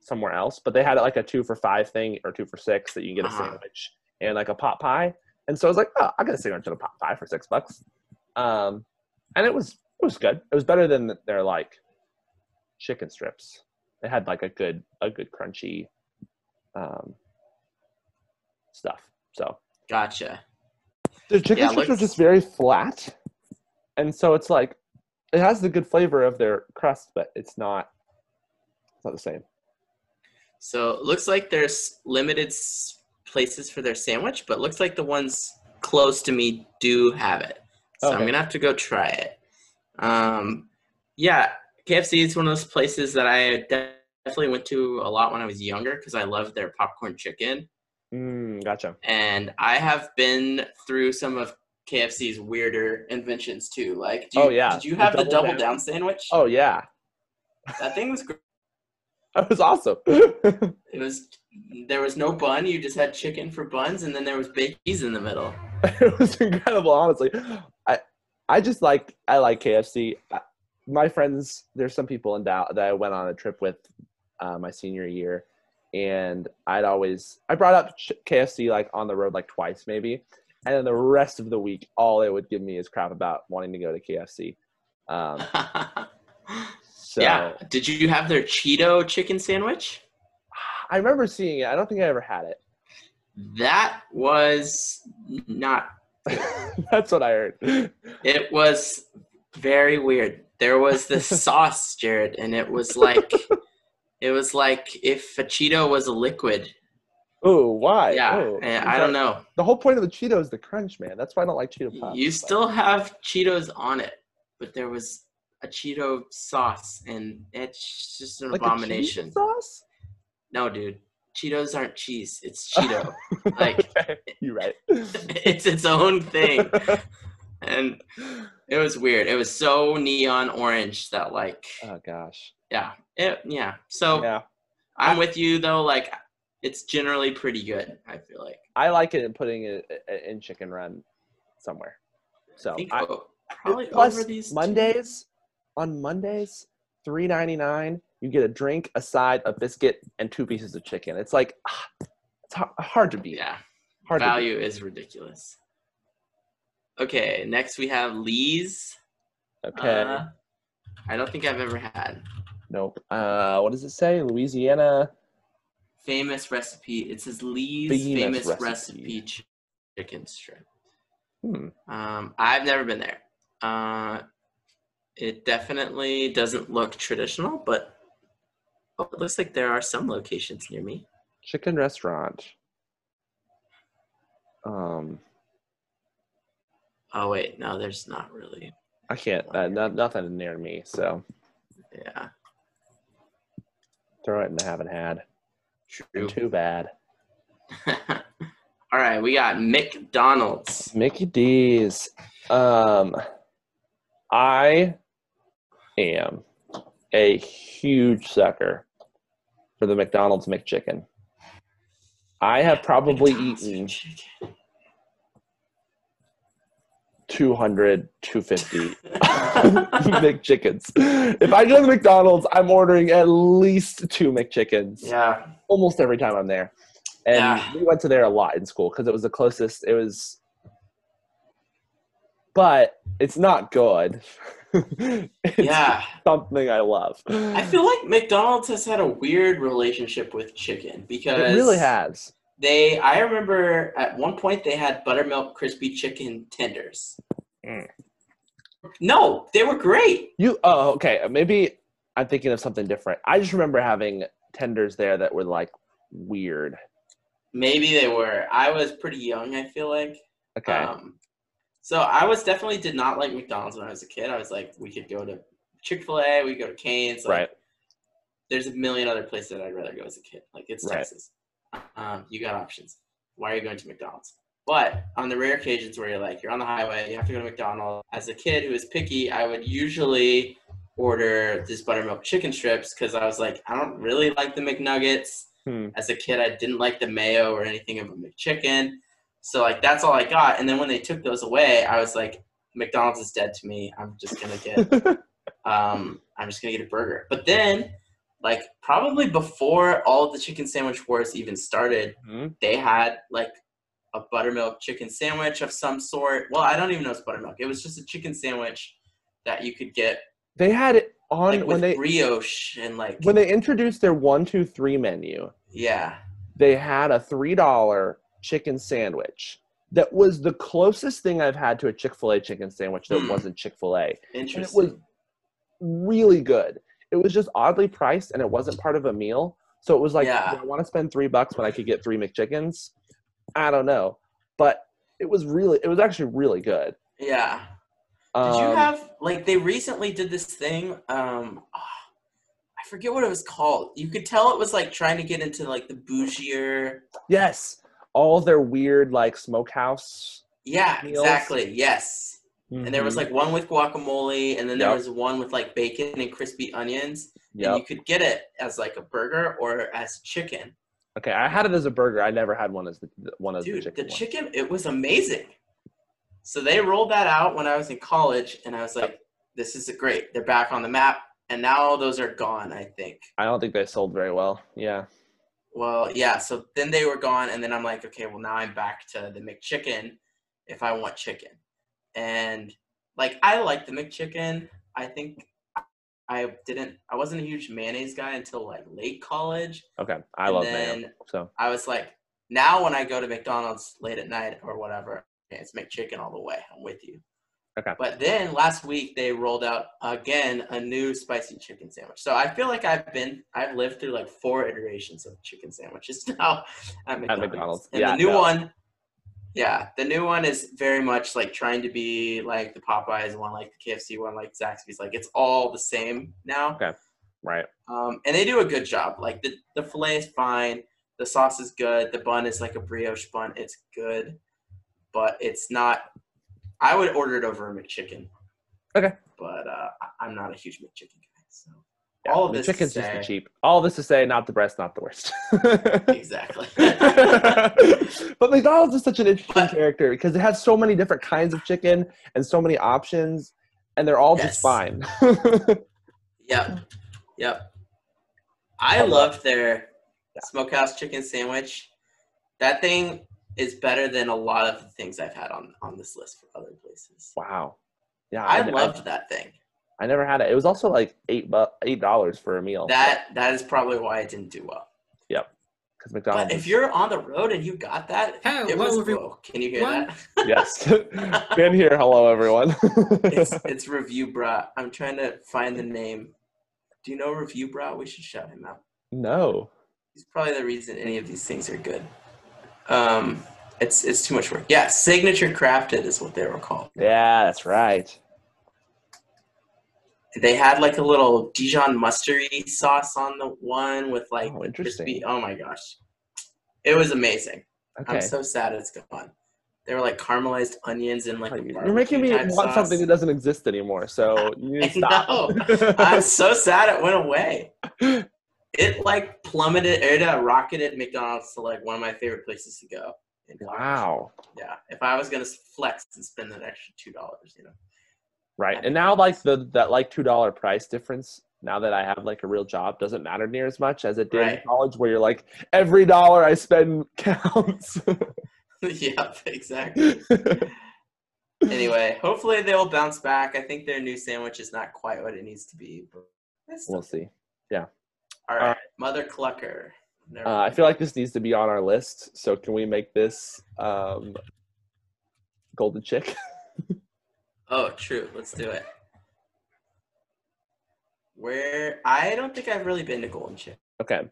B: somewhere else. But they had like a two for five thing or two for six that you can get a
A: Uh-huh.
B: sandwich and like a pot pie. And so I was like, oh, I'll get a sandwich and a pot pie for six bucks. Um, and it was it was good. It was better than their like chicken strips. They had like a good a good crunchy um, stuff. So
A: Gotcha.
B: the chicken
A: Yeah, it
B: strips
A: looks-
B: are just very flat, and so it's like it has the good flavor of their crust, but it's not it's not the same.
A: So it looks like there's limited s- places for their sandwich, but looks like the ones close to me do have it. So I'm
B: Okay.
A: gonna have to go try it. Um, yeah, KFC is one of those places that I de- definitely went to a lot when I was younger because I loved their popcorn chicken.
B: Mm, gotcha.
A: And I have been through some of KFC's weirder inventions too. Like, do you,
B: Oh, yeah,
A: did you
B: the
A: have the double
B: double down.
A: down, sandwich?
B: Oh yeah,
A: That thing was great.
B: that was awesome.
A: It was there was no bun. You just had chicken for buns, and then there was bakies in the middle.
B: it was incredible honestly i i just like i like kfc I, my friends there's some people in doubt that i went on a trip with uh, my senior year and i'd always i brought up ch- kfc like on the road like twice maybe and then the rest of the week all it would give me is crap about wanting to go to kfc um so
A: yeah. Did you have their Cheeto chicken sandwich?
B: i remember seeing it i don't think i ever had it
A: That was not.
B: that's what i heard
A: It was very weird. There was this sauce, Jared, and it was like it was like if a Cheeto was a liquid.
B: oh why
A: yeah.
B: Ooh.
A: and I don't know.
B: the whole point of the cheeto is the crunch man that's why i don't like cheeto puffs
A: You
B: but-
A: still have Cheetos on it, but there was a Cheeto sauce, and it's just an
B: Like a cheese
A: abomination.
B: sauce?
A: No, dude, Cheetos aren't cheese. It's Cheeto. like
B: Okay, you're right. Oh,
A: it's its own thing, and it was weird. It was so neon orange that like,
B: oh gosh.
A: yeah, it, yeah. So
B: Yeah,
A: I'm with you though. Like, it's generally pretty good. I feel like.
B: I like it in putting it i- in Chicken Run somewhere. So
A: I think
B: I,
A: o- probably
B: plus
A: over these two-
B: Mondays, on Mondays, three ninety nine, you get a drink, a side, a biscuit, and two pieces of chicken. It's like ah, it's har- hard to beat.
A: Yeah.
B: Hard to beat.
A: value is ridiculous. Okay, next we have Lee's.
B: Okay.
A: Uh, I don't think I've ever had.
B: nope. Uh, what does it say? Louisiana.
A: Famous recipe. It says Lee's
B: Famous
A: famous
B: recipe.
A: recipe, chi- chicken strip.
B: Hmm.
A: Um, I've never been there. Uh, it definitely doesn't look traditional, but oh, it looks like there are some locations near me.
B: Chicken restaurant. Um,
A: Oh wait, no, there's not really.
B: I can't. Uh, no, nothing near me. So.
A: Yeah,
B: Throw it and I haven't had.
A: true.
B: Too bad.
A: All right, we got McDonald's.
B: Mickey D's. Um, I am a huge sucker for the McDonald's McChicken. I have probably
A: McDonald's
B: eaten
A: chicken.
B: 200, 250 McChickens. If I go to McDonald's, I'm ordering at least two McChickens.
A: yeah.
B: almost every time I'm there. And
A: Yeah.
B: we went to there a lot in school because it was the closest. It was, but it's not good. it's
A: Yeah.
B: something I love.
A: I feel like McDonald's has had a weird relationship with chicken
B: it
A: because
B: really has.
A: They I remember at one point they had buttermilk crispy chicken tenders.
B: Mm.
A: No, they were great.
B: You oh okay maybe I'm thinking of something different. I just remember having tenders there that were like weird.
A: Maybe they were. I was pretty young, I feel like.
B: Okay,
A: Um, so I was definitely did not like McDonald's when I was a kid. I was like, we could go to Chick-fil-A, we could go to Cane's, like
B: right.
A: there's a million other places that I'd rather go as a kid. Like it's
B: Right.
A: Texas. Um, you got options. Why are you going to McDonald's? But on the rare occasions where you're like you're on the highway, you have to go to McDonald's. As a kid who is picky, I would usually order these buttermilk chicken strips because I was like, I don't really like the McNuggets.
B: Hmm.
A: As a kid, I didn't like the mayo or anything of a McChicken. So like that's all I got. And then when they took those away, I was like, McDonald's is dead to me. I'm just gonna get um, I'm just gonna get a burger. But then, like probably before all of the chicken sandwich wars even started,
B: Mhm.
A: they had like a buttermilk chicken sandwich of some sort. Well, I don't even know it's buttermilk. It was just a chicken sandwich that you could get
B: They had it on
A: like with
B: when they
A: brioche and like
B: when they introduced their one two three menu.
A: yeah.
B: They had a three dollar chicken sandwich that was the closest thing I've had to a Chick fil A chicken sandwich that
A: Hmm.
B: wasn't Chick fil A. and it
A: Interesting.
B: was really good. It was just oddly priced, and it wasn't part of a meal. So it was like,
A: Yeah.
B: do I want to spend three bucks when I could get three McChickens. I don't know, but it was really, it was actually really good.
A: yeah.
B: Um,
A: Did you have like they recently did this thing? Um, ah, I forget what it was called. You could tell it was like trying to get into like the bougier.
B: yes, all their weird like smokehouse.
A: Yeah,
B: Meals.
A: exactly. Yes. And there was
B: Mhm.
A: like one with guacamole, and then there
B: Yep.
A: was one with like bacon and crispy onions. And
B: Yep.
A: you could get it as like a burger or as chicken.
B: okay, I had it as a burger. I never had one as the one as the
A: Dude,
B: chicken.
A: the
B: one.
A: chicken, it was amazing. So they rolled that out when I was in college, and I was like, this is great. They're back on the map. And now all those are gone, I think.
B: I don't think they sold very well. Yeah.
A: Well, yeah. So then they were gone, and then I'm like, okay, well now I'm back to the McChicken, if I want chicken, and like I like the McChicken. I think I didn't. I wasn't a huge mayonnaise guy until like late college.
B: Okay, I
A: and
B: love
A: then
B: mayo. So
A: I was like, now when I go to McDonald's late at night or whatever, okay, it's McChicken all the way. I'm with you.
B: Okay.
A: But then last week they rolled out again a new spicy chicken sandwich. So I feel like I've been, I've lived through like four iterations of chicken sandwiches now at McDonald's.
B: McDonald's.
A: And
B: Yeah,
A: the new
B: no.
A: one, yeah, the new one is very much like trying to be like the Popeyes one, like the KFC one, like Zaxby's. Like it's all the same now.
B: right.
A: Um, and they do a good job. Like the, the filet is fine, the sauce is good, the bun is like a brioche bun. It's good, but it's not. I would order it over a McChicken.
B: Okay.
A: But uh, I- I'm not a huge McChicken guy, so
B: Yeah,
A: all of
B: the
A: this
B: chicken's
A: to
B: just
A: say,
B: the cheap. All this to say, not the best, not the worst.
A: exactly.
B: but McDonald's is such an interesting
A: But-
B: character because it has so many different kinds of chicken and so many options, and they're all
A: Yes.
B: just fine.
A: yep, yep. I
B: Hold
A: loved their
B: Yeah.
A: smokehouse chicken sandwich. That thing is better than a lot of the things I've had on on this list for other places.
B: wow. Yeah,
A: I
B: Uh, I,
A: loved that thing.
B: I, never had it. It was also like eight bu- eight dollars for a meal.
A: That that is probably why it didn't do well.
B: because
A: But
B: McDonald's.
A: if you're on the road and you got that, it
C: Hello,
A: was
C: everyone.
A: whoa, Can you hear
C: One.
A: that?
B: yes, been here. Hello, everyone.
A: It's it's Review Bra. I'm trying to find the name. Do you know Review Bra? We should shout him out.
B: no.
A: He's probably the reason any of these things are good. Um, it's it's too much work. Yeah, Signature Crafted is what they were called.
B: Yeah, that's right.
A: They had like a little Dijon mustardy sauce on the one with like
B: Oh,
A: the
B: interesting.
A: crispy- Oh my gosh, it was amazing.
B: Okay.
A: I'm so sad it's gone. They were like caramelized onions and like a
B: Oh, you're making me
A: barbecue
B: want
A: type
B: something that
A: sauce.
B: doesn't exist anymore. So you need to
A: I
B: stop.
A: I'm so sad it went away. It like plummeted. It uh, rocketed McDonald's to like one of my favorite places to go. in college.
B: wow.
A: Yeah. If I was gonna flex and spend that extra two dollars, you know.
B: Right.
A: That'd
B: And
A: be
B: now like
A: nice.
B: the that like two dollar price difference now that I have like a real job doesn't matter near as much as it did in
A: Right.
B: college where you're like every dollar I spend counts.
A: yep. Exactly. anyway, hopefully they'll bounce back. I think their new sandwich is not quite what it needs to be. But it's
B: we'll see.
A: all
B: all
A: right.
B: right.
A: Mother Clucker. Never
B: Uh, I feel like this needs to be on our list. So can we make this um golden chick?
A: Oh, true. Let's do it. Where I don't think I've really been to Golden Chick.
B: Okay.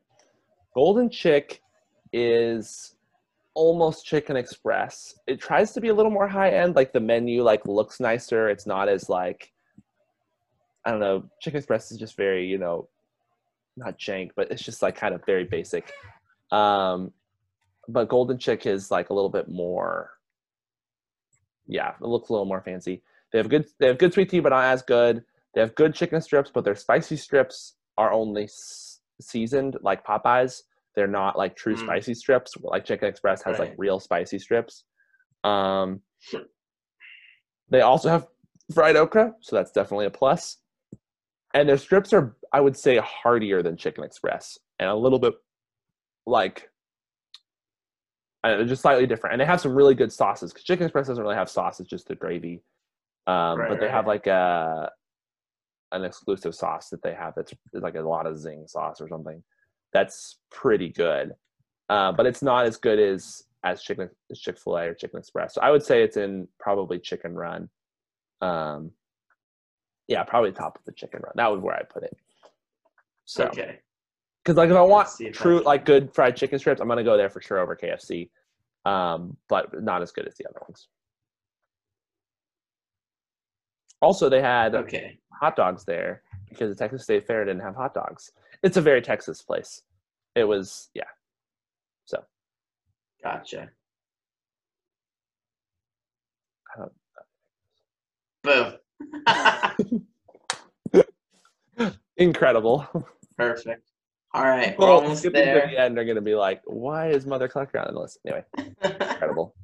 B: Golden Chick is almost Chicken Express. It tries to be a little more high end, like the menu like looks nicer. It's not as like I don't know, Chicken Express is just very, you know, not jank, but it's just like kind of very basic. Um, but Golden Chick is like a little bit more. Yeah, it looks a little more fancy. They have good. They have good sweet tea, but not as good. They have good chicken strips, but their spicy strips are only s- seasoned like Popeyes. They're not like true
A: Mm.
B: spicy strips. Like Chicken Express has like
A: Right.
B: real spicy strips. Um, they also have fried okra, so that's definitely a plus. And their strips are, I would say, heartier than Chicken Express, and a little bit like uh, they're just slightly different. And they have some really good sauces because Chicken Express doesn't really have sauce; it's just the gravy. Um,
A: Right,
B: but they
A: right,
B: have like a an exclusive sauce that they have that's it's like a lot of zing sauce or something. That's pretty good, uh, but it's not as good as as chicken as Chick Fil A or Chicken Express. So I would say it's in probably Chicken Run. Um, yeah, probably top of the Chicken Run. That was where I put it. So
A: Okay.
B: because like if I want
A: Let's see if I
B: true
A: can-
B: like good fried chicken strips, I'm gonna go there for sure over KFC, um, but not as good as the other ones. Also, they had
A: Okay.
B: hot dogs there because the Texas State Fair didn't have hot dogs. It's a very Texas place. It was yeah.
A: Gotcha.
B: I don't-
A: Boom.
B: Incredible.
A: Perfect. All right. We're
B: Well,
A: almost
B: skipping to
A: there.
B: the end, they're gonna be like, "Why is Mother Clucker on the list?" Anyway, incredible.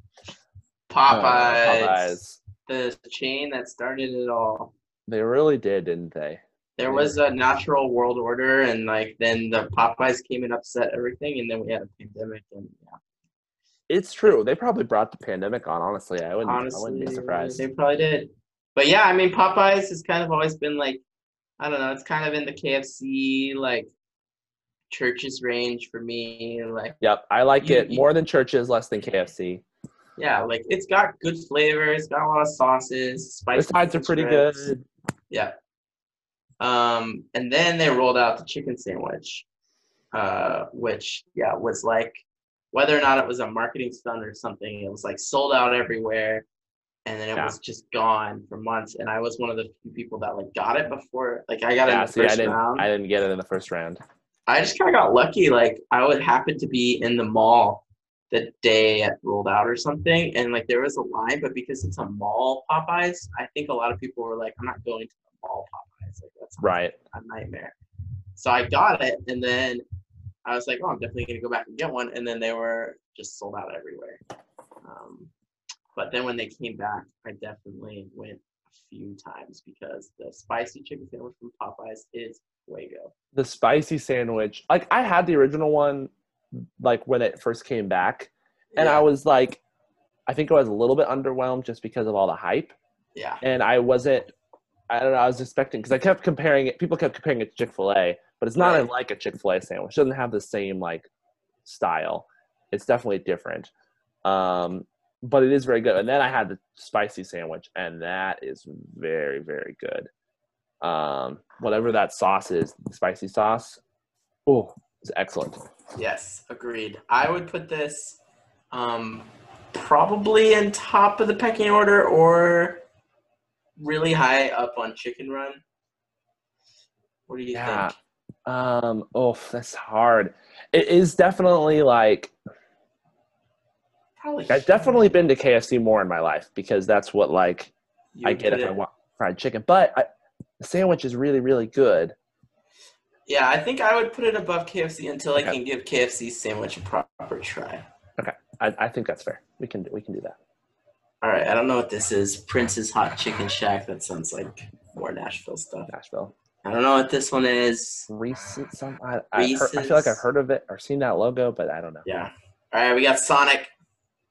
B: Uh,
A: Popeyes,
B: Popeyes.
A: the chain that started it all.
B: They really did, didn't they?
A: There
B: Yeah.
A: was a natural world order, and like then the Popeyes came and upset everything, and then we had a pandemic, and yeah,
B: It's true. They probably brought the pandemic on. Honestly, I wouldn't. I
A: honestly,
B: wouldn't be surprised.
A: they probably did. But yeah, I mean, Popeyes has kind of always been like, I don't know, it's kind of in the KFC like churches range for me. Like,
B: Yep, I like
A: You-
B: it
A: you-
B: more than churches, less than KFC.
A: yeah, like it's got good flavor, it's got a lot of sauces,
B: Their
A: spices.
B: sides are
A: and
B: pretty
A: strips.
B: good.
A: Yeah. Um, and then they rolled out the chicken sandwich, uh, which yeah was like whether or not it was a marketing stunt or something, it was like sold out everywhere, and then it
B: Yeah.
A: was just gone for months. And I was one of the few people that like got it before, like I got it in
B: Yeah,
A: the
B: see, I
A: first
B: didn't.
A: round.
B: I
A: I,
B: didn't get it in the first round.
A: just kind of got lucky. Like I would happen to be in the mall the day it rolled out or something, and like there was a line, but because it's a mall Popeyes, I think a lot of people were like, "I'm not going to the mall Popeyes." Like that's
B: Right.
A: a nightmare. So I got it, and then I was like, "Oh, I'm definitely gonna go back and get one." And then they were just sold out everywhere. Um, but then when they came back, I definitely went a few times because the spicy chicken sandwich from Popeyes is fuego.
B: The spicy sandwich. Like I had the original one, like when it first came back, and I
A: yeah,
B: was like, I think I was a little bit underwhelmed just because of all the hype,
A: yeah,
B: and I wasn't. I don't know. I was expecting because I kept comparing it. People kept comparing it to Chick Fil A, but it's not
A: Right.
B: like a Chick Fil A sandwich. It doesn't have the same like style. It's definitely different. Um, but it is very good. And then I had the spicy sandwich, and that is very, very good. Um, whatever that sauce is, the spicy sauce, oh, it's excellent.
A: yes, agreed. I would put this um, probably in top of the pecking order or really high up on Chicken Run. What do you
B: Yeah.
A: think?
B: Um, oh, that's hard. It is definitely like
A: Probably.
B: I've definitely been to KFC more in my life because that's what like
A: You
B: I
A: would
B: get
A: put
B: if I
A: it-
B: want fried chicken. But I, the sandwich is really, really good.
A: Yeah, I think I would put it above KFC until I
B: Okay.
A: can give KFC sandwich a proper try.
B: I, I think that's fair. We can we can do that.
A: All right, I don't know what this is. Prince's Hot Chicken Shack. That sounds like more Nashville stuff.
B: Nashville.
A: I don't know what this one is.
B: Recent some I, I've heard- I feel like I've
A: Reese's.
B: heard of it or seen that logo, but I don't know.
A: Yeah. All right, we got Sonic.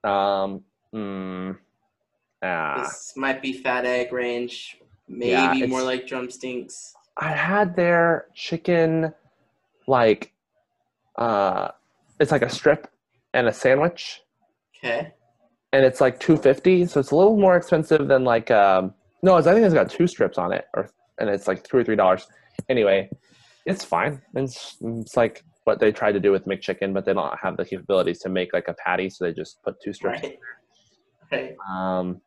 B: Um, mm, ah,
A: This might be fat egg range. Maybe
B: Yeah,
A: more
B: it's-
A: like drumsticks.
B: I had their chicken, like, uh, it's like a strip and a sandwich,
A: Okay.
B: and it's like two fifty, so it's a little more expensive than like um. No, it's, I think it's got two strips on it, or and it's like two or three dollars. Anyway, it's fine. It's, it's like what they tried to do with McChicken, but they don't have the capabilities to make like a patty, so they just put two strips.
A: Right. Right.
B: Um,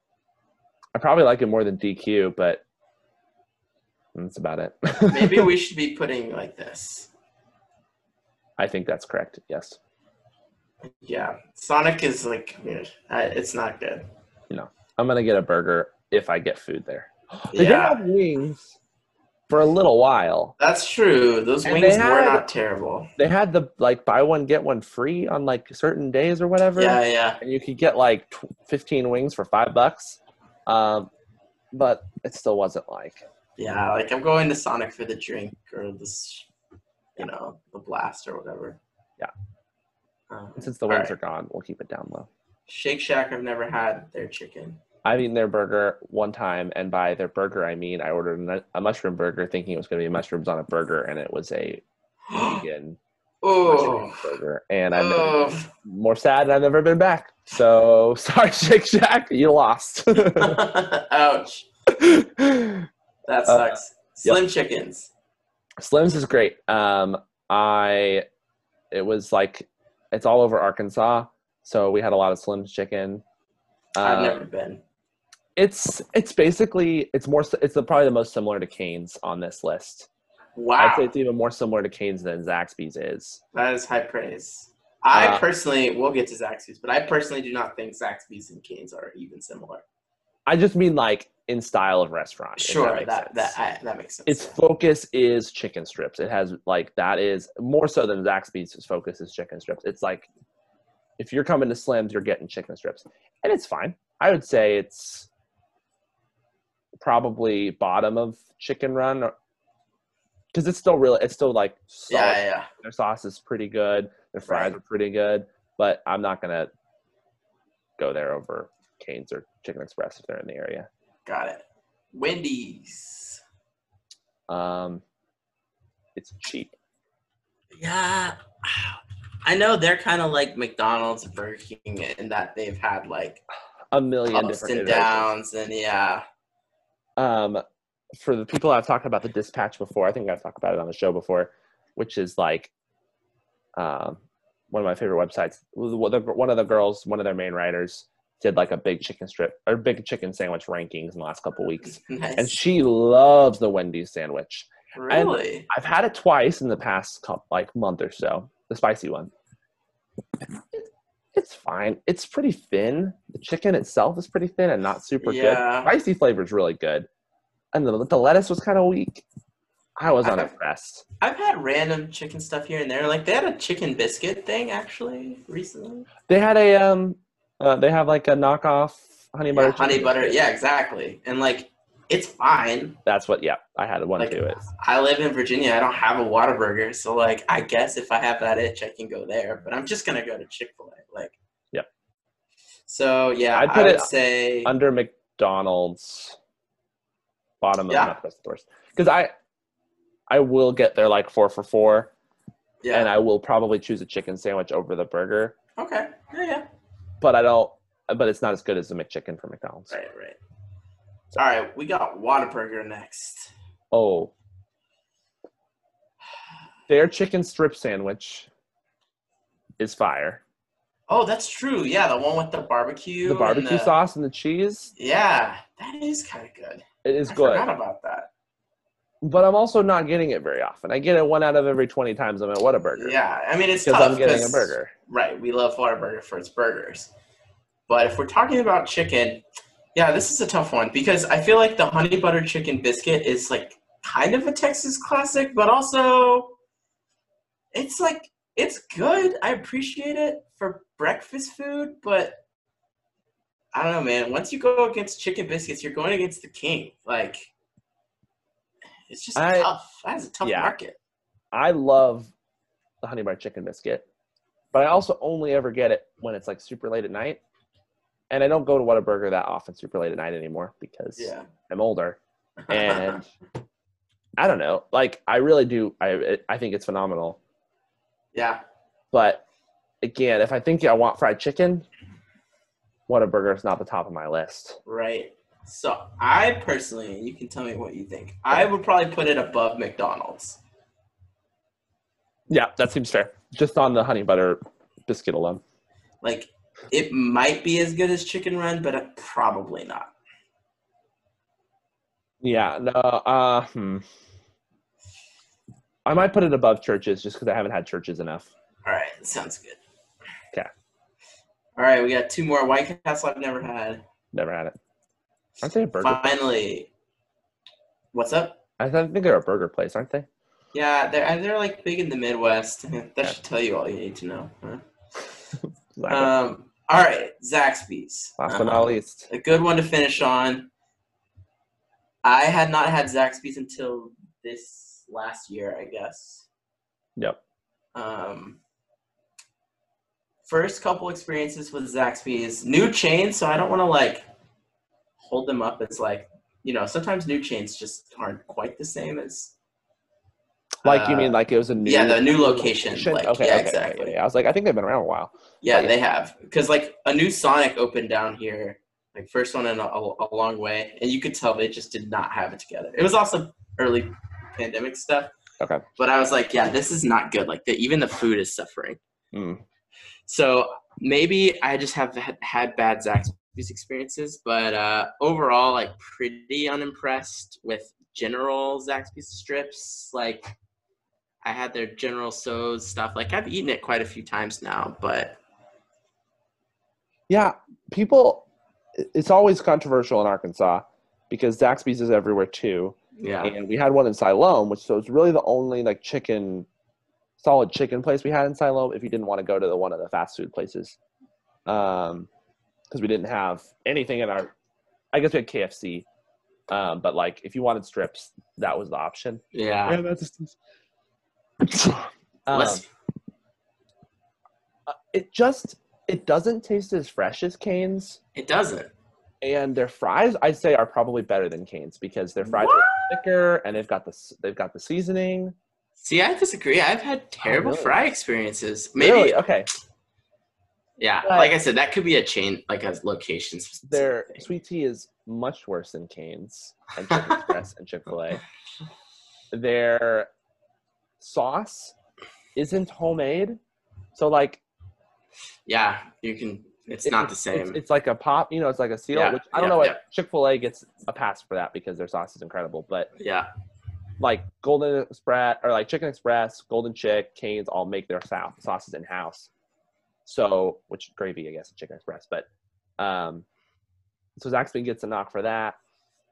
B: I probably like it more than DQ, but that's about it.
A: Maybe we should be putting like this.
B: I think that's correct. Yes.
A: Yeah, Sonic is like eh, I- it's not good.
B: I'm gonna get a burger if I get food there. They did
A: Yeah,
B: have wings for a little while.
A: that's true. Those
B: And
A: wings
B: they
A: were
B: had-
A: not terrible.
B: They had the like buy one get one free on like certain days or whatever,
A: Yeah, yeah.
B: and you could get like tw- 15 wings for five bucks. Um, but it still wasn't like
A: Yeah, like I'm going to Sonic for the drink or this, you know, the blast or whatever.
B: Yeah.
A: Um,
B: since the
A: all
B: wings
A: right.
B: are gone, we'll keep it down low.
A: Shake Shack, I've never had their chicken.
B: I've eaten their burger one time, and by their burger I mean I ordered a nu- a mushroom burger thinking it was going to be mushrooms on a burger, and it was a vegan
A: oh,
B: mushroom burger. And I'm
A: oh.
B: more sad, and I've never been back. So sorry, Shake Shack, you lost.
A: ouch! That
B: Uh,
A: sucks. Slim chickens.
B: Slim's is great. Um, I it was like it's all over Arkansas, so we had a lot of Slim's chicken.
A: I've
B: Um,
A: never been.
B: It's it's basically it's more s- it's the, probably the most similar to Canes on this list. I'd say
A: Wow,
B: it's even more similar to Canes than Zaxby's is.
A: that is high praise. I
B: Uh,
A: personally, we'll get to Zaxby's, but I personally do not think Zaxby's and Cane's are even similar.
B: I just mean like in style of restaurant. if
A: Sure,
B: makes
A: that
B: sense.
A: that I, that makes sense.
B: its focus is chicken strips. It has like that is more so than Zaxby's focus is chicken strips. It's like if you're coming to Slims, you're getting chicken strips, and it's fine. I would say it's probably bottom of Chicken Run because it's still really it's still like solid.
A: yeah, yeah.
B: Their sauce is pretty good. Their fries
A: Right.
B: are pretty good, but I'm not gonna go there over Canes or Chicken Express if they're in the area.
A: Got it. Wendy's.
B: Um, it's cheap.
A: Yeah. I know they're kind of like McDonald's, Burger King, in that they've had like
B: a million
A: ups
B: different
A: and
B: iterations.
A: downs, and yeah,
B: Um, for the people I've talked about the dispatch before, I think I've talked about it on the show before, which is like, um, one of my favorite websites. One of the- one of the girls, one of their main writers, did like a big chicken strip or big chicken sandwich rankings in the last couple weeks,
A: nice.
B: and she loves the Wendy's sandwich.
A: really,
B: I've had it twice in the past couple, like month or so. The spicy one. It- It's fine. It's pretty thin. The chicken itself is pretty thin and not super good.
A: Yeah.
B: Spicy flavor is really good. And the, the lettuce was kind of weak. I was
A: I-
B: unimpressed.
A: I've had random chicken stuff here and there. Like they had a chicken biscuit thing actually recently.
B: They had a um, uh, they have like a knockoff honey butter.
A: Yeah, honey
B: chicken.
A: butter, yeah, exactly. And like, it's fine.
B: That's what. Yeah, I had one
A: Like-
B: too. It's
A: I live in Virginia. I don't have a Whataburger, so like, I guess if I have that itch, I can go there. But I'm just gonna go to Chick Fil A. Like,
B: Yep.
A: So yeah,
B: I'd
A: I
B: put
A: would
B: it
A: say
B: under McDonald's bottom of
A: Yeah.
B: the McDonald's stores because I I will get there like four for four,
A: yeah.
B: and I will probably choose a chicken sandwich over the burger,
A: okay. Yeah, yeah.
B: but I don't. But it's not as good as the McChicken from McDonald's.
A: Right, right. All right, we got Whataburger next.
B: Oh, their chicken strip sandwich is fire.
A: Oh, that's true. Yeah, the one with the barbecue.
B: The
A: and
B: barbecue sauce and the cheese,
A: Yeah, that is kind of good.
B: it is
A: I
B: good.
A: forgot about that.
B: But I'm also not getting it very often. I get it one out of every 20 times I'm at Whataburger
A: Yeah, I mean it's
B: because
A: tough
B: I'm getting a
A: 'cause-
B: burger.
A: Right, we love Whataburger for its burgers, but if we're talking about chicken, yeah, this is a tough one because I feel like the honey butter chicken biscuit is like kind of a Texas classic, but also it's like it's good. I appreciate it for breakfast food, but I don't know, man. Once you go against chicken biscuits, you're going against the king. Like it's just
B: I-
A: tough. That's a tough
B: Yeah.
A: market.
B: I love the honey butter chicken biscuit, but I also only ever get it when it's like super late at night. And I don't go to Whataburger that often super late at night anymore because
A: Yeah.
B: I'm older. And I don't know. Like I really do I I think it's phenomenal.
A: yeah.
B: But again, if I think I want fried chicken, Whataburger is not the top of my list.
A: Right. So I personally, and you can tell me what you think. I would probably put it above McDonald's.
B: Yeah, that seems fair. Just on the honey butter biscuit alone.
A: Like it might be as good as Chicken Run, but it- probably not.
B: Yeah, no, uh, hmm. I might put it above churches just because I haven't had churches enough.
A: All right, sounds good.
B: 'Kay.
A: All right, we got two more White Castle I've never had.
B: Never had it. Aren't they a burger?
A: Finally, what's up?
B: I th- think they're a burger place, aren't they?
A: Yeah, they're and they're like big in the Midwest. That
B: Yeah.
A: should tell you all you need to know. huh?
B: Last
A: Um, all right, Zaxby's.
B: but not
A: Um,
B: least,
A: a good one to finish on. I had not had Zaxby's until this last year, I guess.
B: Yep.
A: Um, first couple experiences with Zaxby's, new chain, so I don't want to like hold them up as like you know sometimes new chains just aren't quite the same as
B: like you
A: uh,
B: mean like it was a new
A: yeah the new location, like
B: okay,
A: yeah
B: okay,
A: exactly
B: yeah, yeah. I was like, I think they've been around a while.
A: yeah,
B: Like-
A: they have. Because like a new Sonic opened down here, like first one in a, a, a long way, and you could tell they just did not have it together. It was also early pandemic stuff.
B: Okay.
A: But I was like, yeah, this is not good. Like the, even the food is suffering.
B: Mm.
A: So maybe I just have had- had bad Zaxby's experiences, but uh, overall, like pretty unimpressed with general Zaxby's strips. Like I had their general so's stuff. Like I've eaten it quite a few times now, but
B: Yeah, people. it- It's always controversial in Arkansas because Zaxby's is everywhere too,
A: yeah.
B: and we had one in Siloam, which so it's really the only like chicken, solid chicken place we had in Siloam. If you didn't want to go to the one of the fast food places, um, because we didn't have anything in our, I guess we had KFC, um, but like if you wanted strips, that was the option.
A: Yeah.
B: Yeah, that's Um,
A: Less-
B: Uh, it just it doesn't taste as fresh as Cane's,
A: it doesn't.
B: and their fries I'd say are probably better than Cane's because their fries
A: What?
B: are thicker and they've got the s- they've got the seasoning.
A: See, I disagree. I've had terrible
B: really?
A: fry experiences. Maybe, uh,
B: Really? okay.
A: yeah.
B: But-
A: like I said, that could be a chain, like a location. specific
B: Their
A: thing.
B: sweet tea is much worse than Cane's and Chicken Express and Chick Fil A. Their sauce isn't homemade, so like
A: Yeah, you can. It's
B: It-
A: not the
B: it's,
A: same.
B: it's like a pop, you know, it's like a seal,
A: Yeah,
B: which I don't
A: yeah,
B: know what
A: yeah.
B: Chick fil A gets a pass for that because their sauce is incredible. But
A: yeah,
B: like Golden Express or like Chicken Express, Golden Chick, Canes all make their sau- sauces in house. So, which gravy, I guess, at Chicken Express. But um, so Zaxby gets a knock for that.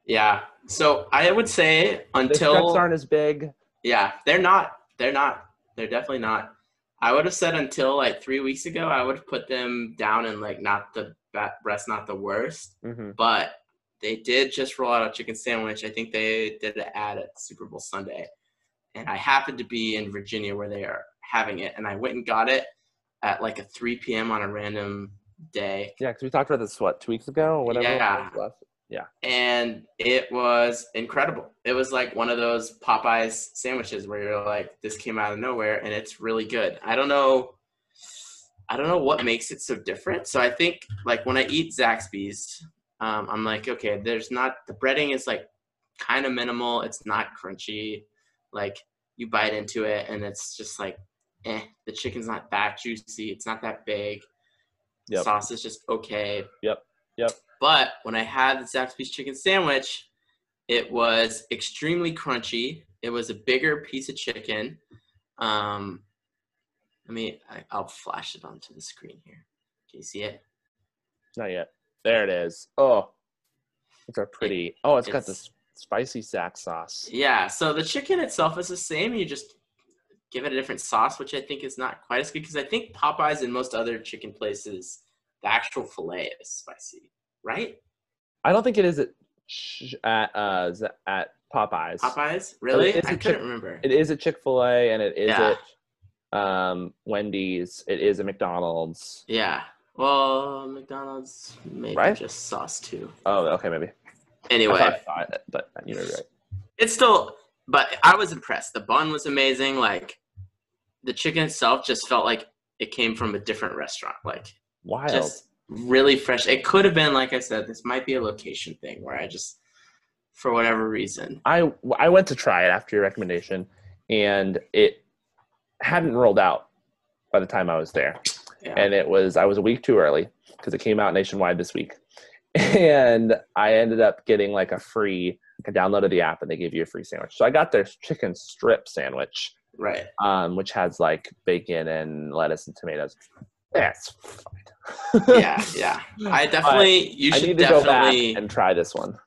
A: yeah. So I would say
B: The strips
A: until
B: aren't as big.
A: yeah, they're not. They're not. They're definitely not. I would have said until like three weeks ago, I would have put them down in like not the ba- best, not the worst.
B: hmm
A: but they did just roll out a chicken sandwich. I think they did an ad at Super Bowl Sunday, and I happened to be in Virginia where they are having it, and I went and got it at like a 3 p.m. on a random day,
B: Yeah, because we talked about this what two weeks ago or whatever. it
A: Yeah.
B: was left.
A: and it was incredible. It was like one of those Popeyes sandwiches where you're like, this came out of nowhere, and it's really good. I don't know. I don't know what makes it so different. So I think like when I eat Zaxby's, um, I'm like, okay, there's not the breading is like kind of minimal. It's not crunchy. Like you bite into it and it's just like, eh, the chicken's not that juicy. It's not that big.
B: Yep.
A: Sauce is just okay.
B: Yep, yep.
A: But when I had the Zaxby's chicken sandwich, it was extremely crunchy. It was a bigger piece of chicken. Um, let me. I, I'll flash it onto the screen here. Can you see it?
B: Not yet. There it is. Oh, it's a pretty. Oh, it's got
A: it's-
B: this spicy sack sauce.
A: Yeah. So the chicken itself is the same. You just give it a different sauce, which I think is not quite as good because I think Popeyes and most other chicken places, the actual fillet is spicy, right?
B: I don't think it is at sh- at uh, Z- at Popeyes.
A: Popeyes, really?
B: it's
A: I
B: a
A: couldn't
B: chick-
A: remember.
B: It is at Chick Fil A and it is
A: Yeah.
B: at um, Wendy's. It is at McDonald's.
A: yeah. Well, McDonald's maybe
B: Right?
A: just sauce too.
B: Oh, okay, maybe. I
A: Anyway,
B: thought, I thought it, but you know, you're right.
A: it's still but i was impressed the bun was amazing like the chicken itself just felt like it came from a different restaurant like
B: Wild.
A: just really fresh it could have been like i said this might be a location thing where i just for whatever reason
B: I I went to try it after your recommendation, and it hadn't rolled out by the time I was there,
A: yeah
B: and it was I was a week too early because it came out nationwide this week, and I ended up getting like a free. I downloaded the app and they gave you a free sandwich. So I got their chicken strip sandwich,
A: Right.
B: um, which has like bacon and lettuce and tomatoes. That's fine.
A: Yeah. Yeah. I definitely. You
B: I
A: should
B: need to go back
A: definitely.
B: and try this one.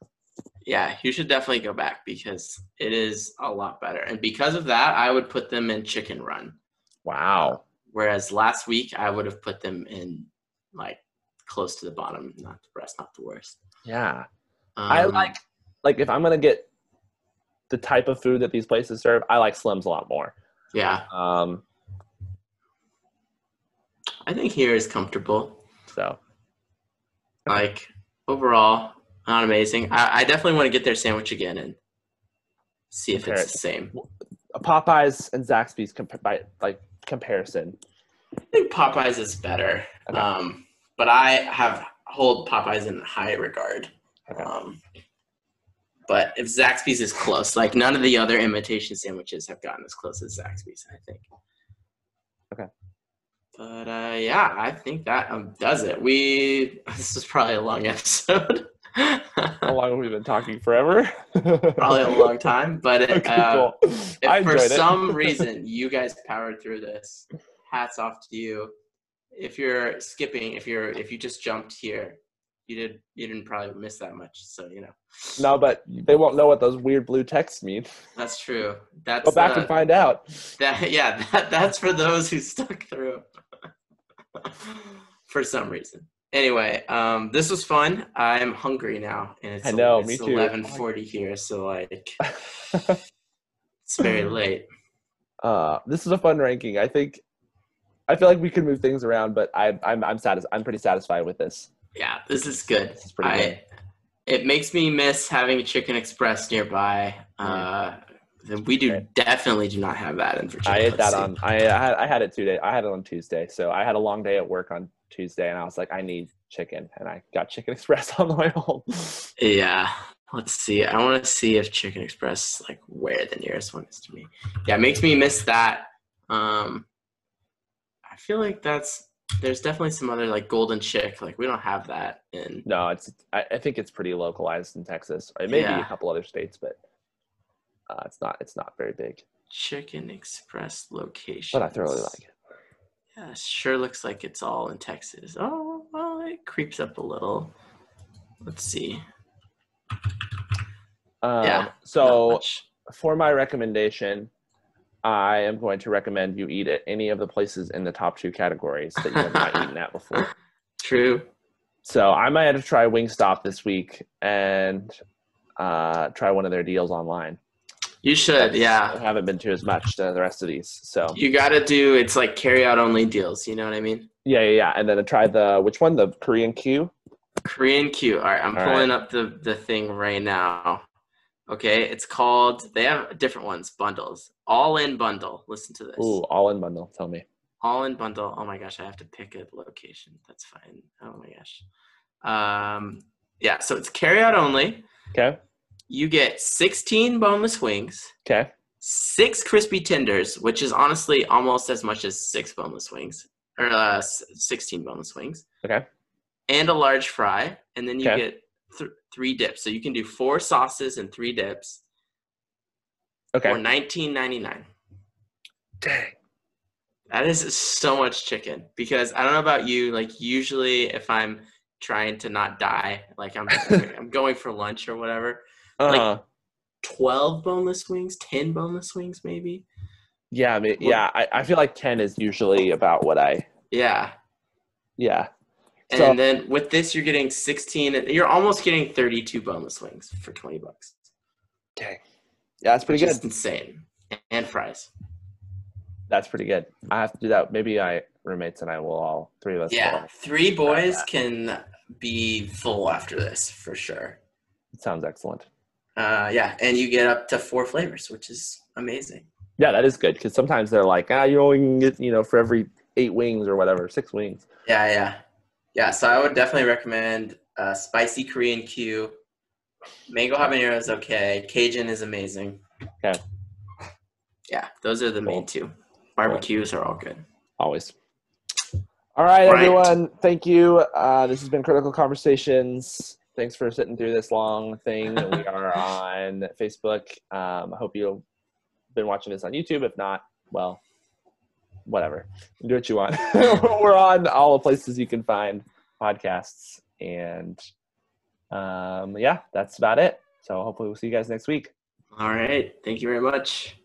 A: yeah, you should definitely go back because it is a lot better. And because of that, I would put them in Chicken Run.
B: Wow.
A: Whereas last week, I would have put them in like close to the bottom, not the best, not the worst.
B: Yeah.
A: Um,
B: I like like if I'm gonna get the type of food that these places serve, I like Slims a lot more.
A: Yeah,
B: Um,
A: I think here is comfortable.
B: so
A: Like overall, not amazing. I, I definitely want to get their sandwich again and see if
B: Compare
A: it's the same.
B: a Popeyes and Zaxby's comp- by, like comparison.
A: I think Popeyes is better,
B: Okay.
A: um, but I have hold Popeyes in high regard.
B: Okay.
A: Um, but if Zaxby's is close, like none of the other imitation sandwiches have gotten as close as Zaxby's, I think.
B: Okay.
A: But uh, yeah, I think that um, does it. We this was probably a long episode,
B: How
A: probably
B: long have we been talking? Forever.
A: a long time. But it,
B: Okay,
A: uh,
B: cool.
A: if
B: I
A: for
B: enjoyed it.
A: some reason you guys powered through this, hats off to you. If you're skipping, if you're if you just jumped here, you did you didn't probably miss that much. So you know
B: No, but they won't know what those weird blue texts mean.
A: that's true. That's
B: Go back
A: uh,
B: and find out.
A: That yeah, that, that's for those who stuck through for some reason. Anyway, um, this was fun. I'm hungry now, and it's
B: I know,
A: it's
B: me too.
A: 11:40 here, so like it's very late.
B: uh, this is a fun ranking. I think. I feel like we could move things around, but I, I'm I'm satis- I'm pretty satisfied with this.
A: Yeah, this is good.
B: This is pretty good.
A: I it makes me miss having a Chicken Express nearby. Uh, then we do
B: Okay.
A: definitely do not have that in Virginia.
B: I ate
A: Let's
B: that
A: see.
B: on. I I had, I had it two days. I had it on Tuesday, so I had a long day at work on Tuesday, and I was like, I need chicken, and I got Chicken Express on the way home.
A: Yeah. Let's see. I want to see if Chicken Express, like, where the nearest one is to me. Yeah, it makes me miss that. Um, I feel like that's there's definitely some other like Golden Chick. Like, we don't have that in.
B: no, it's. I, I think it's pretty localized in Texas. It may be
A: Yeah.
B: a couple other states, but uh, it's not. It's not very big.
A: Chicken Express location.
B: But I thoroughly like it.
A: Yeah, it sure looks like it's all in Texas. Oh, well, it creeps up a little. Let's see.
B: Um,
A: Yeah, Not
B: So
A: much.
B: for my recommendation, I am going to recommend you eat at any of the places in the top two categories that you have not eaten at before.
A: true.
B: So I might have to try Wingstop this week and uh, try one of their deals online.
A: You should.
B: I
A: Yeah.
B: haven't been to as much to the rest of these. So
A: You got to do it's like carry out only deals. You know what I mean?
B: yeah, yeah, yeah. And then I try the which one? The Korean Q.
A: Korean Q. All right, I'm
B: All
A: pulling up the, the thing right now. Okay, it's called, they have different ones, bundles. All in bundle. Listen to this.
B: Ooh, all in bundle. Tell me.
A: All in bundle. Oh my gosh, I have to pick a location. That's fine. Oh my gosh. Um, yeah, so it's carry out only.
B: Okay.
A: You get 16 boneless wings,
B: Okay.
A: six crispy tenders, which is honestly almost as much as six boneless wings, or uh, s- 16 boneless wings.
B: Okay.
A: And a large fry, and then you
B: Okay.
A: get th- three dips. So you can do four sauces and three dips for
B: Okay.
A: 19.99.
B: Dang.
A: That is so much chicken because I don't know about you. Like usually, if I'm trying to not die, like I'm I'm going for lunch or whatever.
B: Uh,
A: Twelve boneless wings, ten boneless wings, maybe.
B: yeah. I mean, yeah. I, I feel like ten is usually about what I.
A: Yeah,
B: Yeah.
A: And
B: So-
A: then with this, you're getting 16. You're almost getting 32 boneless wings for 20 bucks.
B: Dang. Yeah, that's pretty
A: Which
B: good.
A: is insane. And fries.
B: That's pretty good. I have to do that. Maybe I roommates and I will all three of us. will
A: Yeah,
B: all-
A: three boys can be full after this for sure.
B: sounds excellent.
A: Uh, yeah, and you get up to four flavors, which is amazing.
B: Yeah, that is good because sometimes they're like, ah, you only can get you know for every eight wings or whatever, six wings.
A: Yeah, yeah, yeah. So I would definitely recommend uh, spicy Korean Q. Mango habanero is okay. Cajun is amazing.
B: Okay.
A: Yeah, those are the main
B: Cool.
A: two. Barbecues are all good.
B: Always. All right,
A: Right.
B: everyone. Thank you. Uh, this has been Critical Conversations. Thanks for sitting through this long thing. We are on Facebook. Um, I hope you've been watching this on YouTube. If not, well, whatever. Do what you want. We're on all the places you can find podcasts. And um, yeah, that's about it. So hopefully we'll see you guys next week.
A: All right. Thank you very much.